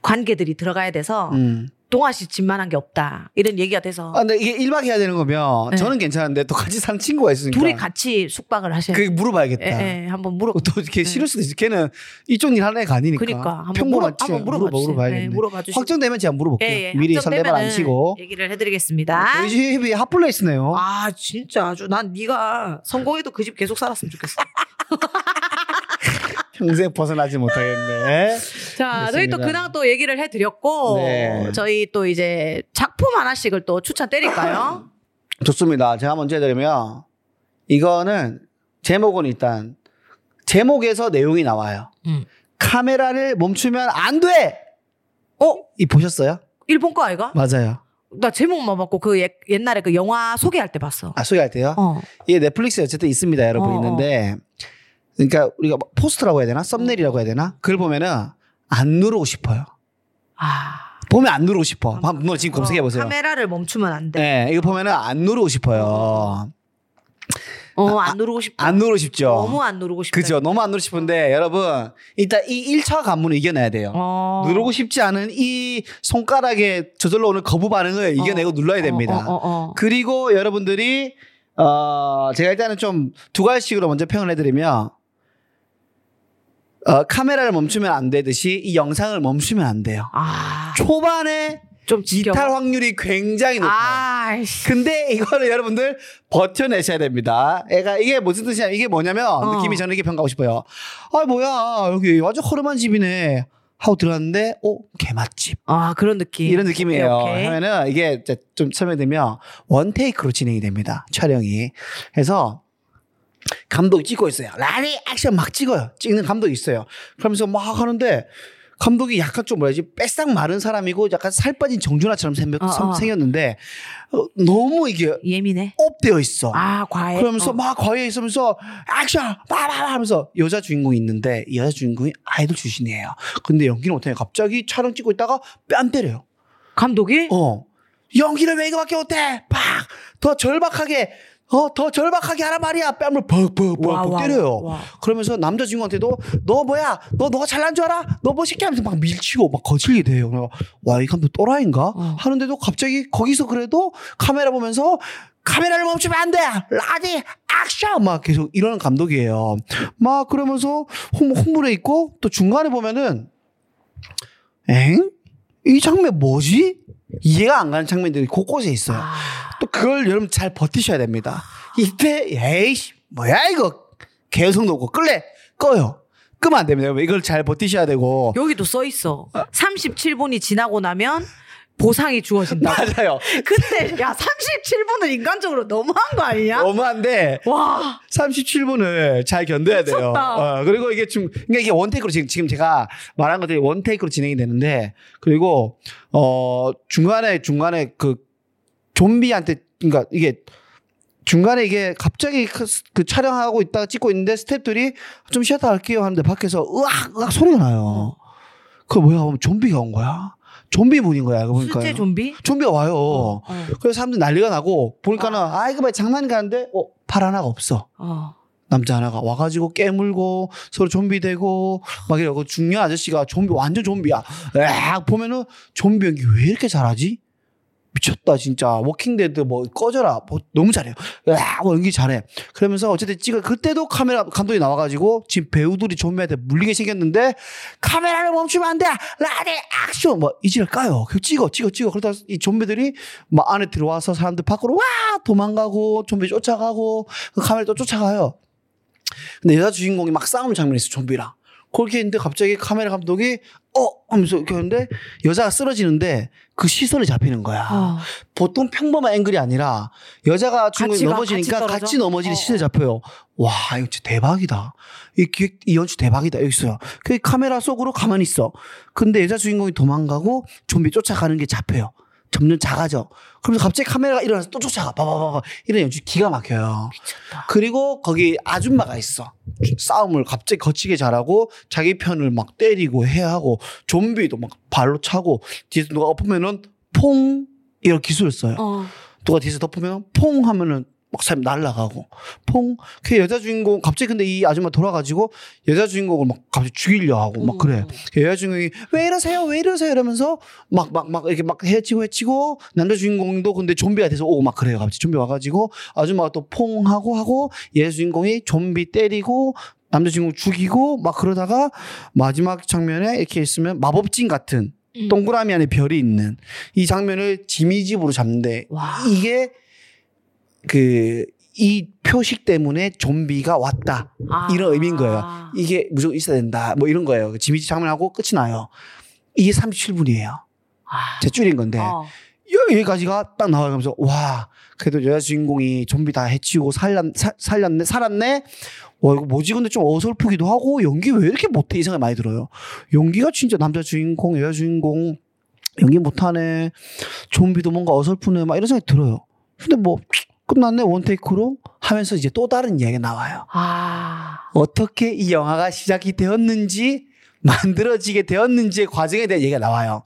Speaker 1: 관계들이 들어가야 돼서
Speaker 2: 음.
Speaker 1: 동아 씨 집만한 게 없다 이런 얘기가 돼서
Speaker 2: 아, 근데 이게 1박 해야 되는 거면
Speaker 1: 네.
Speaker 2: 저는 괜찮은데 또 같이 사는 친구가 있으니까
Speaker 1: 둘이 같이 숙박을 하셔야 돼요.
Speaker 2: 그러니까. 그 물어봐야겠다.
Speaker 1: 예, 예, 한번 물어.
Speaker 2: 또 이렇게
Speaker 1: 네.
Speaker 2: 싫을 수도 있지. 걔는 이쪽 일 하는 애가 아니니까.
Speaker 1: 그러니까 한번 물어
Speaker 2: 평범한
Speaker 1: 한번
Speaker 2: 친구
Speaker 1: 물어봐
Speaker 2: 물어봐,
Speaker 1: 주세요.
Speaker 2: 물어봐야겠네.
Speaker 1: 예, 물어봐 주시고
Speaker 2: 확정되면 제가 물어볼게요.
Speaker 1: 예, 예,
Speaker 2: 미리
Speaker 1: 확정되면은
Speaker 2: 설레발 안 치고. 아,
Speaker 1: 얘기를 해드리겠습니다.
Speaker 2: 저희 집이 뭐? 핫플레이스네요.
Speaker 1: 아 진짜 아주 난 네가 성공해도 그 집 계속 살았으면 좋겠어.
Speaker 2: 평생 벗어나지 못하겠네.
Speaker 1: 자, 저희 또
Speaker 2: 그렇습니다.
Speaker 1: 근황 또 얘기를 해드렸고
Speaker 2: 네.
Speaker 1: 저희 또 이제 작품 하나씩을 또 추천 때릴까요?
Speaker 2: 좋습니다. 제가 먼저 해드리면 이거는 제목은 일단 제목에서 내용이 나와요.
Speaker 1: 음.
Speaker 2: 카메라를 멈추면 안 돼.
Speaker 1: 어?
Speaker 2: 이 보셨어요?
Speaker 1: 일본 거 아이가?
Speaker 2: 맞아요.
Speaker 1: 나 제목만 봤고 그 옛- 옛날에 그 영화 소개할 때 봤어.
Speaker 2: 아 소개할 때요.
Speaker 1: 어.
Speaker 2: 이게 넷플릭스에 어쨌든 있습니다. 여러분
Speaker 1: 어, 어.
Speaker 2: 있는데 그러니까 우리가 막 포스트라고 해야 되나 썸네일이라고 해야 되나 그걸 보면은 안 누르고 싶어요.
Speaker 1: 아.
Speaker 2: 보면 안 누르고 싶어. 한번 지금 검색해 보세요.
Speaker 1: 어, 카메라를 멈추면 안 돼.
Speaker 2: 네, 이거 보면은 안 누르고 싶어요.
Speaker 1: 어, 안 누르고 싶다.
Speaker 2: 안 누르고 싶죠.
Speaker 1: 너무 안 누르고 싶다.
Speaker 2: 아, 그죠. 너무 안 누르고 싶은데 여러분 일단 이 1차 관문을 이겨내야 돼요.
Speaker 1: 어.
Speaker 2: 누르고 싶지 않은 이 손가락에 저절로 오는 거부 반응을 이겨내고 눌러야 됩니다.
Speaker 1: 어, 어, 어, 어.
Speaker 2: 그리고 여러분들이 어 제가 일단은 좀 두 가지식으로 먼저 표현을 해드리면 어, 카메라를 멈추면 안 되듯이 이 영상을 멈추면 안 돼요.
Speaker 1: 아.
Speaker 2: 초반에
Speaker 1: 좀 지겨워.
Speaker 2: 이탈 확률이 굉장히 높아요. 그
Speaker 1: 아이씨.
Speaker 2: 근데 이거를 여러분들 버텨내셔야 됩니다. 애가 이게 무슨 뜻이냐? 이게 뭐냐면
Speaker 1: 어.
Speaker 2: 느낌이 저는 이렇게 평가하고 싶어요. 아 뭐야 여기 완전 허름한 집이네 하고 들어갔는데 어 개맛집
Speaker 1: 아, 그런 느낌.
Speaker 2: 이런 느낌이에요.
Speaker 1: 오케이, 오케이.
Speaker 2: 하면은 이게 이제 좀 설명드리면 원 테이크로 진행이 됩니다. 촬영이 그래서 감독이 찍고 있어요. 라리 액션 막 찍어요. 찍는 감독이 있어요. 그러면서 막 하는데. 감독이 약간 좀 뭐라지 빼싹 마른 사람이고 약간 살 빠진 정준하처럼 생겼,
Speaker 1: 어, 어.
Speaker 2: 생겼는데 어, 너무 이게
Speaker 1: 예민해.
Speaker 2: 업되어 있어.
Speaker 1: 아, 과해.
Speaker 2: 그러면서
Speaker 1: 어.
Speaker 2: 막 과외에 있으면서 액션 빠바바 하면서 여자 주인공이 있는데 이 여자 주인공이 아이돌 출신이에요. 근데 연기를 못하니 갑자기 촬영 찍고 있다가 뺨 때려요.
Speaker 1: 감독이?
Speaker 2: 어. 연기를 왜 이거밖에 못해? 팍! 더 절박하게, 어, 더 절박하게 하란 말이야. 뺨을
Speaker 1: 와,
Speaker 2: 벅벅벅벅
Speaker 1: 와,
Speaker 2: 때려요.
Speaker 1: 와.
Speaker 2: 그러면서 남자 주인공한테도 너 뭐야? 너, 너가 잘난 줄 알아? 너 뭐 새끼 하면서 막 밀치고 막 거칠게 돼요. 그래서 와, 이 감독 또라이인가?
Speaker 1: 어.
Speaker 2: 하는데도 갑자기 거기서 그래도 카메라 보면서 카메라를 멈추면 안 돼! 라디! 액션! 막 계속 이러는 감독이에요. 막 그러면서 흥, 흥분해 있고 또 중간에 보면은 엥? 이 장면 뭐지? 이해가 안 가는 장면들이 곳곳에 있어요.
Speaker 1: 아,
Speaker 2: 또 그걸 여러분 잘 버티셔야 됩니다. 이때 에이씨 뭐야 이거 계속 놓고 끌래 꺼요. 끄면 안 됩니다. 여러분. 이걸 잘 버티셔야 되고
Speaker 1: 여기도 써 있어. 37분이 지나고 나면 보상이 주어진다.
Speaker 2: 맞아요.
Speaker 1: 근데 야 37분은 인간적으로 너무한 거
Speaker 2: 어.
Speaker 1: 아니냐?
Speaker 2: 너무한데
Speaker 1: 와
Speaker 2: 37분을 잘 견뎌야 돼요.
Speaker 1: 미쳤다.
Speaker 2: 어, 그리고 이게 지금 그러니까 이게 원테이크로 지금 지금 제가 말한 것들이 원테이크로 진행이 되는데 그리고 어 중간에 중간에 그 좀비한테 그러니까 이게 중간에 이게 갑자기 그, 그 촬영하고 있다가 찍고 있는데 스탭들이 좀 쉬었다 갈게요 하는데 밖에서 으악 으악 소리가 나요. 그 뭐야? 그럼 좀비가 온 거야? 좀비 분인 거야? 그러니까
Speaker 1: 실제 좀비?
Speaker 2: 좀비가 와요.
Speaker 1: 어. 어.
Speaker 2: 그래서 사람들 이 난리가 나고 보니까는 아 이거 봐 장난 가는데 어팔 하나가 없어
Speaker 1: 어.
Speaker 2: 남자 하나가 와가지고 깨물고 서로 좀비 되고 막 이러고 중년 아저씨가 좀비 완전 좀비야 에 보면은 좀비 연기 왜 이렇게 잘하지 미쳤다 진짜 워킹데드 뭐 꺼져라 뭐 너무 잘해요 으악 뭐 연기 잘해 그러면서 어쨌든 찍어 그때도 카메라 감독이 나와가지고 지금 배우들이 좀비한테 물리게 생겼는데 카메라를 멈추면 안돼 라디 액션 뭐 이지를 까요 그 찍어 찍어 찍어 그러다 이 좀비들이 막 안에 들어와서 사람들 밖으로 와 도망가고 좀비 쫓아가고 그 카메라 또 쫓아가요 근데 여자 주인공이 막 싸우는 장면이 있어 좀비랑 그렇게 했는데 갑자기 카메라 감독이 어 하면서 이렇게 하는데 여자가 쓰러지는데 그 시선이 잡히는 거야
Speaker 1: 어.
Speaker 2: 보통 평범한 앵글이 아니라 여자가 중간에
Speaker 1: 같이 가,
Speaker 2: 넘어지니까
Speaker 1: 같이
Speaker 2: 같이,
Speaker 1: 떨어져?
Speaker 2: 넘어지니
Speaker 1: 어,
Speaker 2: 시선이 잡혀요. 와 이거 진짜 대박이다. 이 기획 이 연출 대박이다. 여기 있어요. 그 카메라 속으로 가만히 있어. 근데 여자 주인공이 도망가고 좀비 쫓아가는 게 잡혀요. 점점 작아져. 그러면서 갑자기 카메라가 일어나서 또 쫓아가. 봐봐봐봐. 이런 연출 기가 막혀요.
Speaker 1: 미쳤다.
Speaker 2: 그리고 거기 아줌마가 있어. 싸움을 갑자기 거치게 잘하고 자기 편을 막 때리고 해야 하고 좀비도 막 발로 차고 뒤에서 누가 엎으면은 퐁 이런 기술을 써요.
Speaker 1: 어.
Speaker 2: 누가 뒤에서 덮으면 퐁 하면은 막 사람이 날아가고 퐁. 그 여자 주인공 갑자기 근데 이 아줌마 돌아가지고 여자 주인공을 막 갑자기 죽이려 하고 막 그래. 여자 주인공이 왜 이러세요? 왜 이러세요? 이러면서 막 막 막 이렇게 막 해치고 해치고 남자 주인공도 근데 좀비가 돼서 오고 막 그래요. 갑자기 좀비 와가지고 아줌마가 또 퐁 하고 하고 여자 주인공이 좀비 때리고 남자 주인공 죽이고 막 그러다가 마지막 장면에 이렇게 있으면 마법진 같은
Speaker 1: 음.
Speaker 2: 동그라미 안에 별이 있는 이 장면을 지미집으로 잡는데
Speaker 1: 와.
Speaker 2: 이게 그 이 표식 때문에 좀비가 왔다
Speaker 1: 아.
Speaker 2: 이런 의미인 거예요. 이게 무조건 있어야 된다 뭐 이런 거예요 지미집 장면하고 끝이 나요 이게 37분이에요
Speaker 1: 아.
Speaker 2: 제 줄인 건데
Speaker 1: 어.
Speaker 2: 여- 여기까지가 딱 나와요 그러면서 와 그래도 여자 주인공이 좀비 다 해치고 살렸, 사- 살렸네 살았네 와 이거 뭐지 근데 좀 어설프기도 하고 연기 왜 이렇게 못해 이 생각이 많이 들어요 연기가 진짜 남자 주인공 여자 주인공 연기 못하네 좀비도 뭔가 어설프네 막 이런 생각이 들어요 근데 뭐 끝났네 원테이크로 하면서 이제 또 다른 이야기가 나와요
Speaker 1: 아.
Speaker 2: 어떻게 이 영화가 시작이 되었는지 만들어지게 되었는지의 과정에 대한 얘기가 나와요.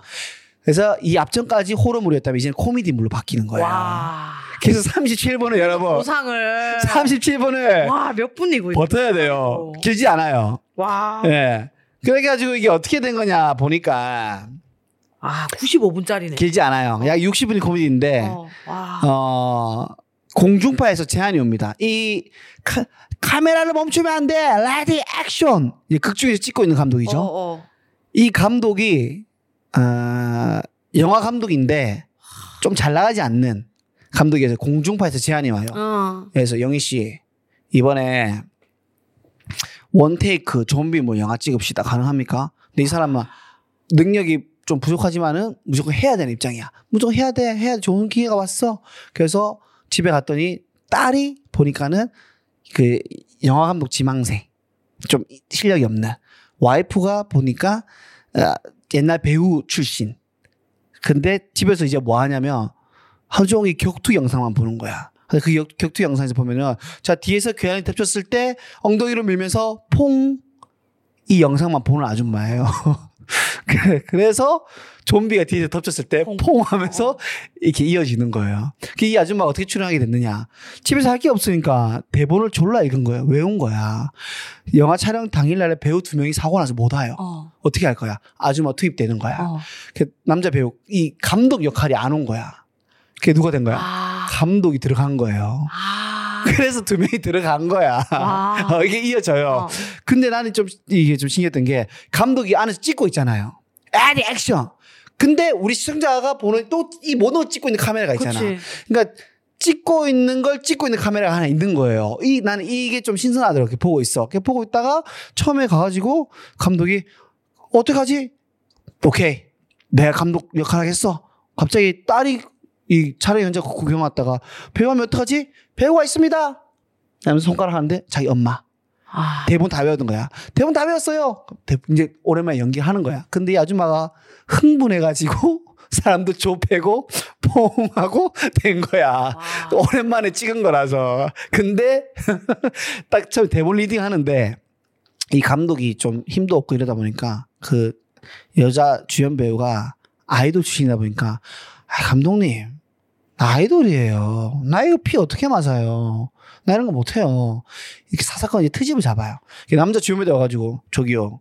Speaker 2: 그래서 이 앞전까지 호러물이었다면 이제는 코미디물로 바뀌는 거예요.
Speaker 1: 와.
Speaker 2: 그래서 37분을 여러분
Speaker 1: 보상을
Speaker 2: 37분을
Speaker 1: 와 몇 분이고 이거?
Speaker 2: 버텨야 돼요.
Speaker 1: 아이고.
Speaker 2: 길지 않아요.
Speaker 1: 와.
Speaker 2: 예. 그래가지고 이게 어떻게 된 거냐 보니까
Speaker 1: 아 95분짜리네.
Speaker 2: 길지 않아요. 약 60분이 코미디인데
Speaker 1: 어. 와.
Speaker 2: 네. 어, 공중파에서 제안이 옵니다. 이 카, 카메라를 멈추면 안 돼. 레디 액션. 이제 극 중에서 찍고 있는 감독이죠.
Speaker 1: 어, 어.
Speaker 2: 이 감독이 아, 영화 감독인데 좀 잘 나가지 않는 감독이어서 공중파에서 제안이 와요.
Speaker 1: 어.
Speaker 2: 그래서 영희 씨 이번에 원테이크 좀비 뭐 영화 찍읍시다 가능합니까? 근데 이 사람은 능력이 좀 부족하지만은 무조건 해야 되는 입장이야. 무조건 해야 돼. 해야 돼. 좋은 기회가 왔어. 그래서 집에 갔더니 딸이 보니까는 그 영화 감독 지망생 좀 실력이 없는 와이프가 보니까 아, 옛날 배우 출신. 근데 집에서 이제 뭐 하냐면 하루 종일 격투 영상만 보는 거야. 그래서 그 격- 격투 영상에서 보면은 자 뒤에서 괴한이 덮쳤을 때 엉덩이로 밀면서 퐁 이 영상만 보는 아줌마예요. 그- 그래서 좀비가 뒤에서 덮쳤을 때
Speaker 1: 퐁.
Speaker 2: 퐁하면서 이렇게 이어지는 거예요. 그이 아줌마가 어떻게 출연하게 됐느냐? 집에서 할 게 없으니까 대본을 졸라 읽은 거예요. 외운 거야. 영화 촬영 당일날에 배우 두 명이 사고 나서 못 와요.
Speaker 1: 어,
Speaker 2: 어떻게 할 거야? 아줌마 투입되는 거야.
Speaker 1: 어.
Speaker 2: 그 남자 배우 이 감독 역할이 안 온 거야. 그게 누가 된 거야?
Speaker 1: 아,
Speaker 2: 감독이 들어간 거예요.
Speaker 1: 아,
Speaker 2: 그래서 두 명이 들어간 거야.
Speaker 1: 와.
Speaker 2: 어, 이게 이어져요.
Speaker 1: 어.
Speaker 2: 근데 나는 좀 이게 좀 신기했던 게 감독이 안에서 찍고 있잖아요. 아니 액션. 근데 우리 시청자가 보는 또 이 모노 찍고 있는 카메라가 있잖아.
Speaker 1: 그치.
Speaker 2: 그러니까 찍고 있는 걸 찍고 있는 카메라가 하나 있는 거예요. 이 나는 이게 좀 신선하더라고. 이렇게 보고 있어. 이렇게 보고 있다가 처음에 가가지고 감독이 어떡하지? 오케이. 내가 감독 역할 하겠어. 갑자기 딸이 이 촬영 현장 구경 왔다가 배우하면 어떡하지? 배우가 있습니다. 하면서 손가락 하는데 자기 엄마.
Speaker 1: 아,
Speaker 2: 대본 다 외웠던 거야. 대본 다 외웠어요. 대- 이제 오랜만에 연기하는 거야. 근데 이 아줌마가 흥분해가지고 사람도 좁히고 포옹하고 된 거야.
Speaker 1: 와.
Speaker 2: 오랜만에 찍은 거라서. 근데 딱 처음 대본 리딩 하는데 이 감독이 좀 힘도 없고 이러다 보니까 그 여자 주연 배우가 아이돌 출신이다 보니까 아, 감독님 나 아이돌이에요. 나 이거 피 어떻게 맞아요? 나 이런 거 못해요. 이렇게 사사건 이제 트집을 잡아요. 이게 남자 주연 배우 와가지고 저기요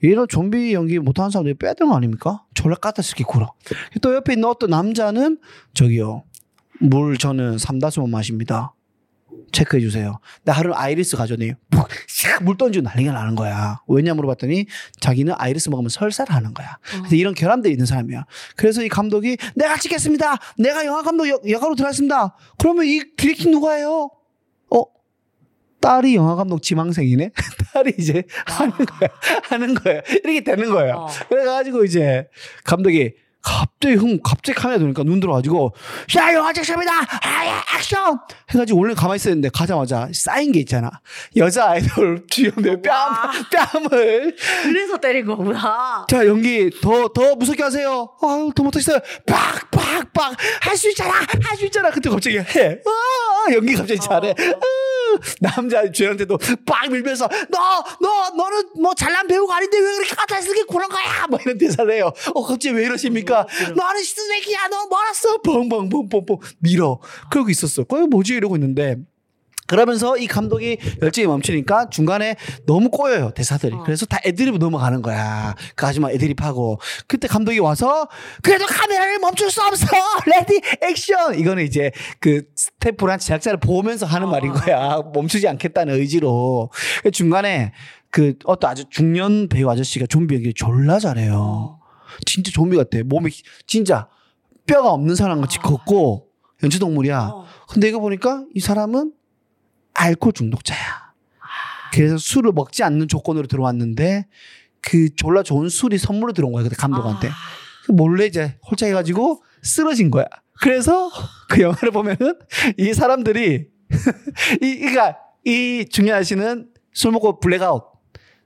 Speaker 2: 이런 좀비 연기 못하는 사람들이 빼야 되는 거 아닙니까? 졸라 까다스키 굴어. 또 옆에 있는 어떤 남자는 저기요 물 저는 삼다수만 마십니다. 체크해 주세요. 나 하루 아이리스 가져니 샥물 던지고 난리가 나는 거야. 왜냐 물어봤더니 자기는 아이리스 먹으면 설사를 하는 거야. 그래서 이런 결함들이 있는 사람이야. 그래서 이 감독이 내가 찍겠습니다. 내가 영화 감독 역- 역할로 들어갔습니다. 그러면 이 디렉팅 누가예요? 어 딸이 영화 감독 지망생이네. 딸이 이제 하는 거야. 하는 거야. 이렇게 되는 거예요.
Speaker 1: 어.
Speaker 2: 그래가지고 이제 감독이 갑자기 흥 갑자기 카메라 도니까 눈 들어가지고 야 영화 액션이다 아야 액션 해가지고 원래 가만히 있었는데 가자마자 쌓인 게 있잖아 여자 아이돌 주연의 뺨
Speaker 1: 와.
Speaker 2: 뺨을
Speaker 1: 그래서 때린 거구나.
Speaker 2: 자 연기 더 더 무섭게 하세요 아유 더 못하겠어요 빡빡빡 할 수 있잖아 할 수 있잖아 그때 갑자기 해 아, 연기 갑자기 잘해 아, 남자 주연한테도 빡 밀면서 너 너 너, 는뭐 잘난 배우가 아닌데 왜 그렇게 갖다 쓰게 그런 거야 뭐 이런 대사를 해요 어 갑자기 왜 이러십니까 너는 쓰레기야 너 멀었어 뻥뻥뻥뻥뻥 밀어 그러고 있었어 그거 뭐지 이러고 있는데 그러면서 이 감독이 열정이 멈추니까 중간에 너무 꼬여요 대사들이
Speaker 1: 어.
Speaker 2: 그래서 다 애드립 넘어가는 거야 그 아줌마 애드립하고 그때 감독이 와서 그래도 카메라를 멈출 수 없어 레디 액션 이거는 이제 그 스태프랑 제작자를 보면서 하는
Speaker 1: 어.
Speaker 2: 말인 거야 멈추지 않겠다는 의지로 중간에 그 어떤 아주 중년 배우 아저씨가 좀비 연기 졸라
Speaker 1: 어.
Speaker 2: 잘해요 진짜 좀비 같아. 몸이 진짜 뼈가 없는 사람 같이
Speaker 1: 아.
Speaker 2: 걷고 연체동물이야.
Speaker 1: 어.
Speaker 2: 근데 이거 보니까 이 사람은 알코올 중독자야. 그래서 술을 먹지 않는 조건으로 들어왔는데 그 졸라 좋은 술이 선물로 들어온 거야. 그때 감독한테.
Speaker 1: 아,
Speaker 2: 몰래 이제 홀짝해가지고 쓰러진 거야. 그래서 그 영화를 보면은 이 사람들이 이 그러니까 이 중요한 씨는 술 먹고 블랙아웃.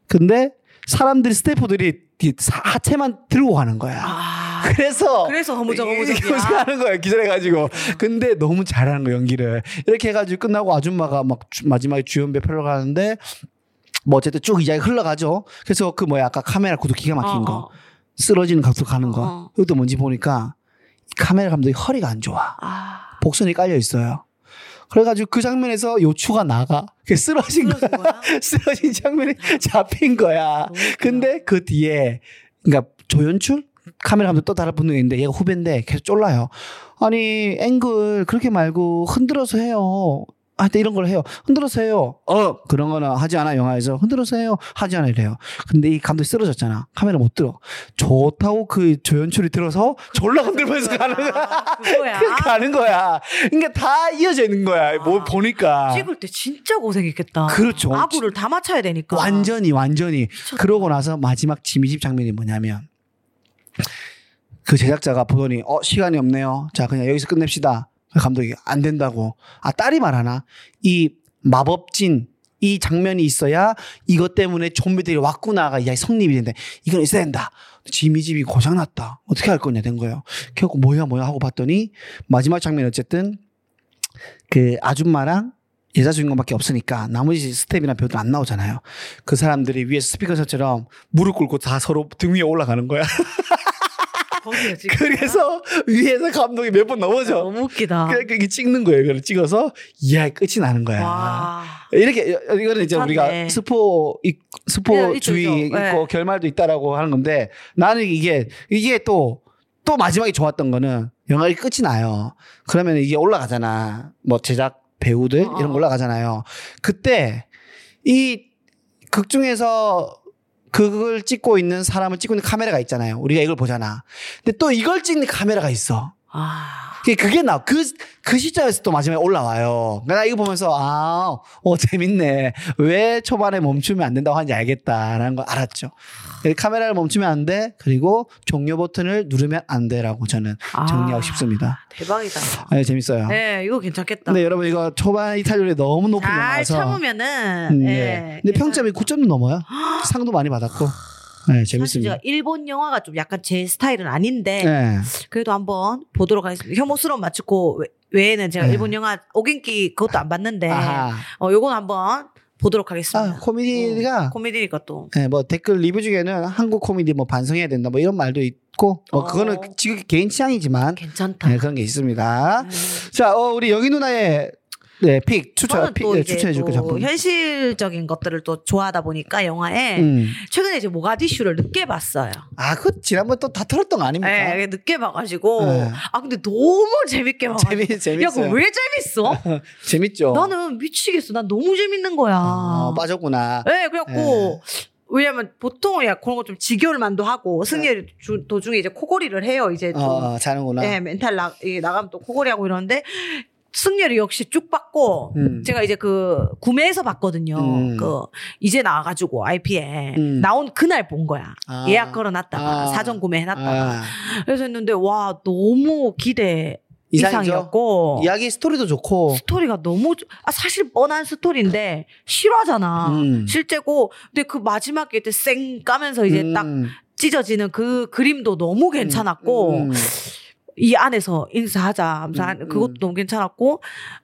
Speaker 2: 근데 사람들이 스태프들이 이 사- 하체만 들고 가는 거야.
Speaker 1: 아.
Speaker 2: 그래서
Speaker 1: 그래서 허무적허무적이야. 어,
Speaker 2: 이렇게 하는 거야 기절해가지고. 근데 너무 잘하는 거 연기를 이렇게 해가지고 끝나고 아줌마가 막 주- 마지막에 주연 배표러 가는데 뭐 어쨌든 쭉 이야기 흘러가죠. 그래서 그 뭐야 아까 카메라 구도 기가 막힌
Speaker 1: 어,
Speaker 2: 거.
Speaker 1: 어.
Speaker 2: 쓰러지는 각도 가는 거.
Speaker 1: 어.
Speaker 2: 이것도 뭔지 보니까 이 카메라 감독이 허리가 안 좋아.
Speaker 1: 아.
Speaker 2: 복선이 깔려 있어요. 그래가지고 그 장면에서 요추가 나가. 그 쓰러진 거,
Speaker 1: 그러신 거야?
Speaker 2: 쓰러진 장면에 잡힌 거야.
Speaker 1: 너무 웃기다.
Speaker 2: 근데 그 뒤에 그러니까 조연출 카메라 감독 또 다른 분이 있는데 얘가 후배인데 계속 쫄라요. 아니 앵글 그렇게 말고 흔들어서 해요. 하여튼 이런 걸 해요. 흔들어서 해요. 어 그런 거는 하지 않아 영화에서 흔들어서 해요. 하지 않아 이래요. 근데 이 감독이 쓰러졌잖아. 카메라 못 들어. 좋다고 그 조연출이 들어서 졸라 흔들면서 가는 거야.
Speaker 1: 아, 그거야.
Speaker 2: 가는 거야. 그러니까 다 이어져 있는 거야. 뭐
Speaker 1: 아,
Speaker 2: 보니까
Speaker 1: 찍을 때 진짜 고생했겠다.
Speaker 2: 그렇죠.
Speaker 1: 아구를 다 맞춰야 되니까.
Speaker 2: 완전히 완전히
Speaker 1: 그러니까. 미쳤다.
Speaker 2: 그러고 나서 마지막 지미집 장면이 뭐냐면 그 제작자가 보더니 어 시간이 없네요. 자 그냥 여기서 끝냅시다. 감독이 안 된다고. 아 딸이 말하나 이 마법진 이 장면이 있어야 이것 때문에 좀비들이 왔구나가 이야기 성립이 된다. 이건 있어야 된다. 지미집이 고장났다. 어떻게 할 거냐 된 거예요. 결국 뭐야 뭐야 하고 봤더니 마지막 장면 어쨌든 그 아줌마랑 여자 주인공밖에 없으니까 나머지 스텝이나 배우들 안 나오잖아요. 그 사람들이 위에서 스피커처럼 무릎 꿇고 다 서로 등 위에 올라가는 거야.
Speaker 1: 거기요, 지금.
Speaker 2: 그래서 위에서 감독이 몇 번 넘어져.
Speaker 1: 너무 웃기다.
Speaker 2: 그러니까 이게 찍는 거예요. 그걸 찍어서 이야 끝이 나는 거야.
Speaker 1: 와.
Speaker 2: 이렇게 여- 이거는 이제
Speaker 1: 아, 괜찮네.
Speaker 2: 우리가 스포 이- 스포
Speaker 1: 네, 있죠,
Speaker 2: 주의
Speaker 1: 있죠.
Speaker 2: 있고
Speaker 1: 네.
Speaker 2: 결말도 있다라고 하는 건데 나는 이게 이게 또 또 마지막에 좋았던 거는 영화가 끝이 나요. 그러면 이게 올라가잖아. 뭐 제작 배우들
Speaker 1: 어,
Speaker 2: 이런
Speaker 1: 어.
Speaker 2: 거 올라가잖아요. 그때 이 극 중에서 그걸 찍고 있는 사람을 찍고 있는 카메라가 있잖아요. 우리가 이걸 보잖아. 근데 또 이걸 찍는 카메라가 있어.
Speaker 1: 아.
Speaker 2: 그게, 그게 나, 그, 그 시점에서 또 마지막에 올라와요. 내가 이거 보면서, 아, 어, 재밌네. 왜 초반에 멈추면 안 된다고 하는지 알겠다라는 걸 알았죠. 그래서 카메라를 멈추면 안 돼. 그리고 종료 버튼을 누르면 안 돼라고 저는
Speaker 1: 아.
Speaker 2: 정리하고 싶습니다.
Speaker 1: 대박이다.
Speaker 2: 아, 재밌어요.
Speaker 1: 네, 이거 괜찮겠다.
Speaker 2: 근데 여러분, 이거 초반 이탈률이 너무 높은
Speaker 1: 잘
Speaker 2: 영화라서.
Speaker 1: 참으면은.
Speaker 2: 음,
Speaker 1: 예,
Speaker 2: 네. 근데
Speaker 1: 괜찮-
Speaker 2: 평점이 9점 넘어요. 상도 많이 받았고. 네,
Speaker 1: 아. 사실
Speaker 2: 재밌습니다.
Speaker 1: 제가 일본 영화가 좀 약간 제 스타일은 아닌데
Speaker 2: 네.
Speaker 1: 그래도 한번 보도록 하겠습니다. 혐오스러운 마치고 외- 외에는 제가
Speaker 2: 네.
Speaker 1: 일본 영화 오긴키 그것도 안 봤는데
Speaker 2: 아하.
Speaker 1: 어 요건 한번 보도록 하겠습니다.
Speaker 2: 아,
Speaker 1: 어,
Speaker 2: 코미디가
Speaker 1: 코미디니까 또.
Speaker 2: 네, 뭐 댓글 리뷰 중에는 한국 코미디 뭐 반성해야 된다 뭐 이런 말도 있고 뭐 그거는
Speaker 1: 어.
Speaker 2: 지금 개인 취향이지만
Speaker 1: 괜찮다.
Speaker 2: 네, 그런 게 있습니다.
Speaker 1: 음.
Speaker 2: 자, 어, 우리 영희 누나의 네, 픽 추천
Speaker 1: 저는
Speaker 2: 픽
Speaker 1: 또
Speaker 2: 네,
Speaker 1: 이제
Speaker 2: 추천해 줄게
Speaker 1: 또
Speaker 2: 작품.
Speaker 1: 현실적인 것들을 또 좋아하다 보니까 영화에
Speaker 2: 음.
Speaker 1: 최근에 이제 모가디슈를 늦게 봤어요.
Speaker 2: 아, 그 지난번 또 다 털었던 거 아닙니까?
Speaker 1: 예, 늦게 봐가지고
Speaker 2: 그러니까. 네.
Speaker 1: 아 근데 너무 재밌게 봐가지고
Speaker 2: 재미
Speaker 1: 야 그거
Speaker 2: 재밌어요.
Speaker 1: 왜 재밌어?
Speaker 2: 재밌죠.
Speaker 1: 나는 아. 미치겠어. 난 너무 재밌는 거야.
Speaker 2: 어, 빠졌구나.
Speaker 1: 네, 그래갖고 왜냐면 보통 야 그런 거 좀 지겨울 만도 하고 승리 주- 도중에 이제 코골이를 해요. 이제 네, 좀
Speaker 2: 네. 어, 자는구나.
Speaker 1: 예, 멘탈 나, 이게 나가면 또 코골이하고 이러는데 승리를 역시 쭉 받고
Speaker 2: 음.
Speaker 1: 제가 이제 그 구매해서 봤거든요.
Speaker 2: 음.
Speaker 1: 그 이제 나와가지고 IP에
Speaker 2: 음.
Speaker 1: 나온 그날 본 거야.
Speaker 2: 아.
Speaker 1: 예약 걸어놨다가
Speaker 2: 아.
Speaker 1: 사전 구매해놨다가
Speaker 2: 아,
Speaker 1: 그래서 했는데 와 너무 기대
Speaker 2: 이상이죠?
Speaker 1: 이상이었고
Speaker 2: 이야기 스토리도 좋고.
Speaker 1: 스토리가 너무 좋- 아 사실 뻔한 스토리인데 실화잖아.
Speaker 2: 음.
Speaker 1: 실제고 근데 그 마지막에 이제 쌩 까면서 이제
Speaker 2: 음.
Speaker 1: 딱 찢어지는 그 그림도 너무 괜찮았고
Speaker 2: 음.
Speaker 1: 이 안에서 인사하자 하면서
Speaker 2: 음,
Speaker 1: 한-
Speaker 2: 음.
Speaker 1: 그것도 너무 괜찮았고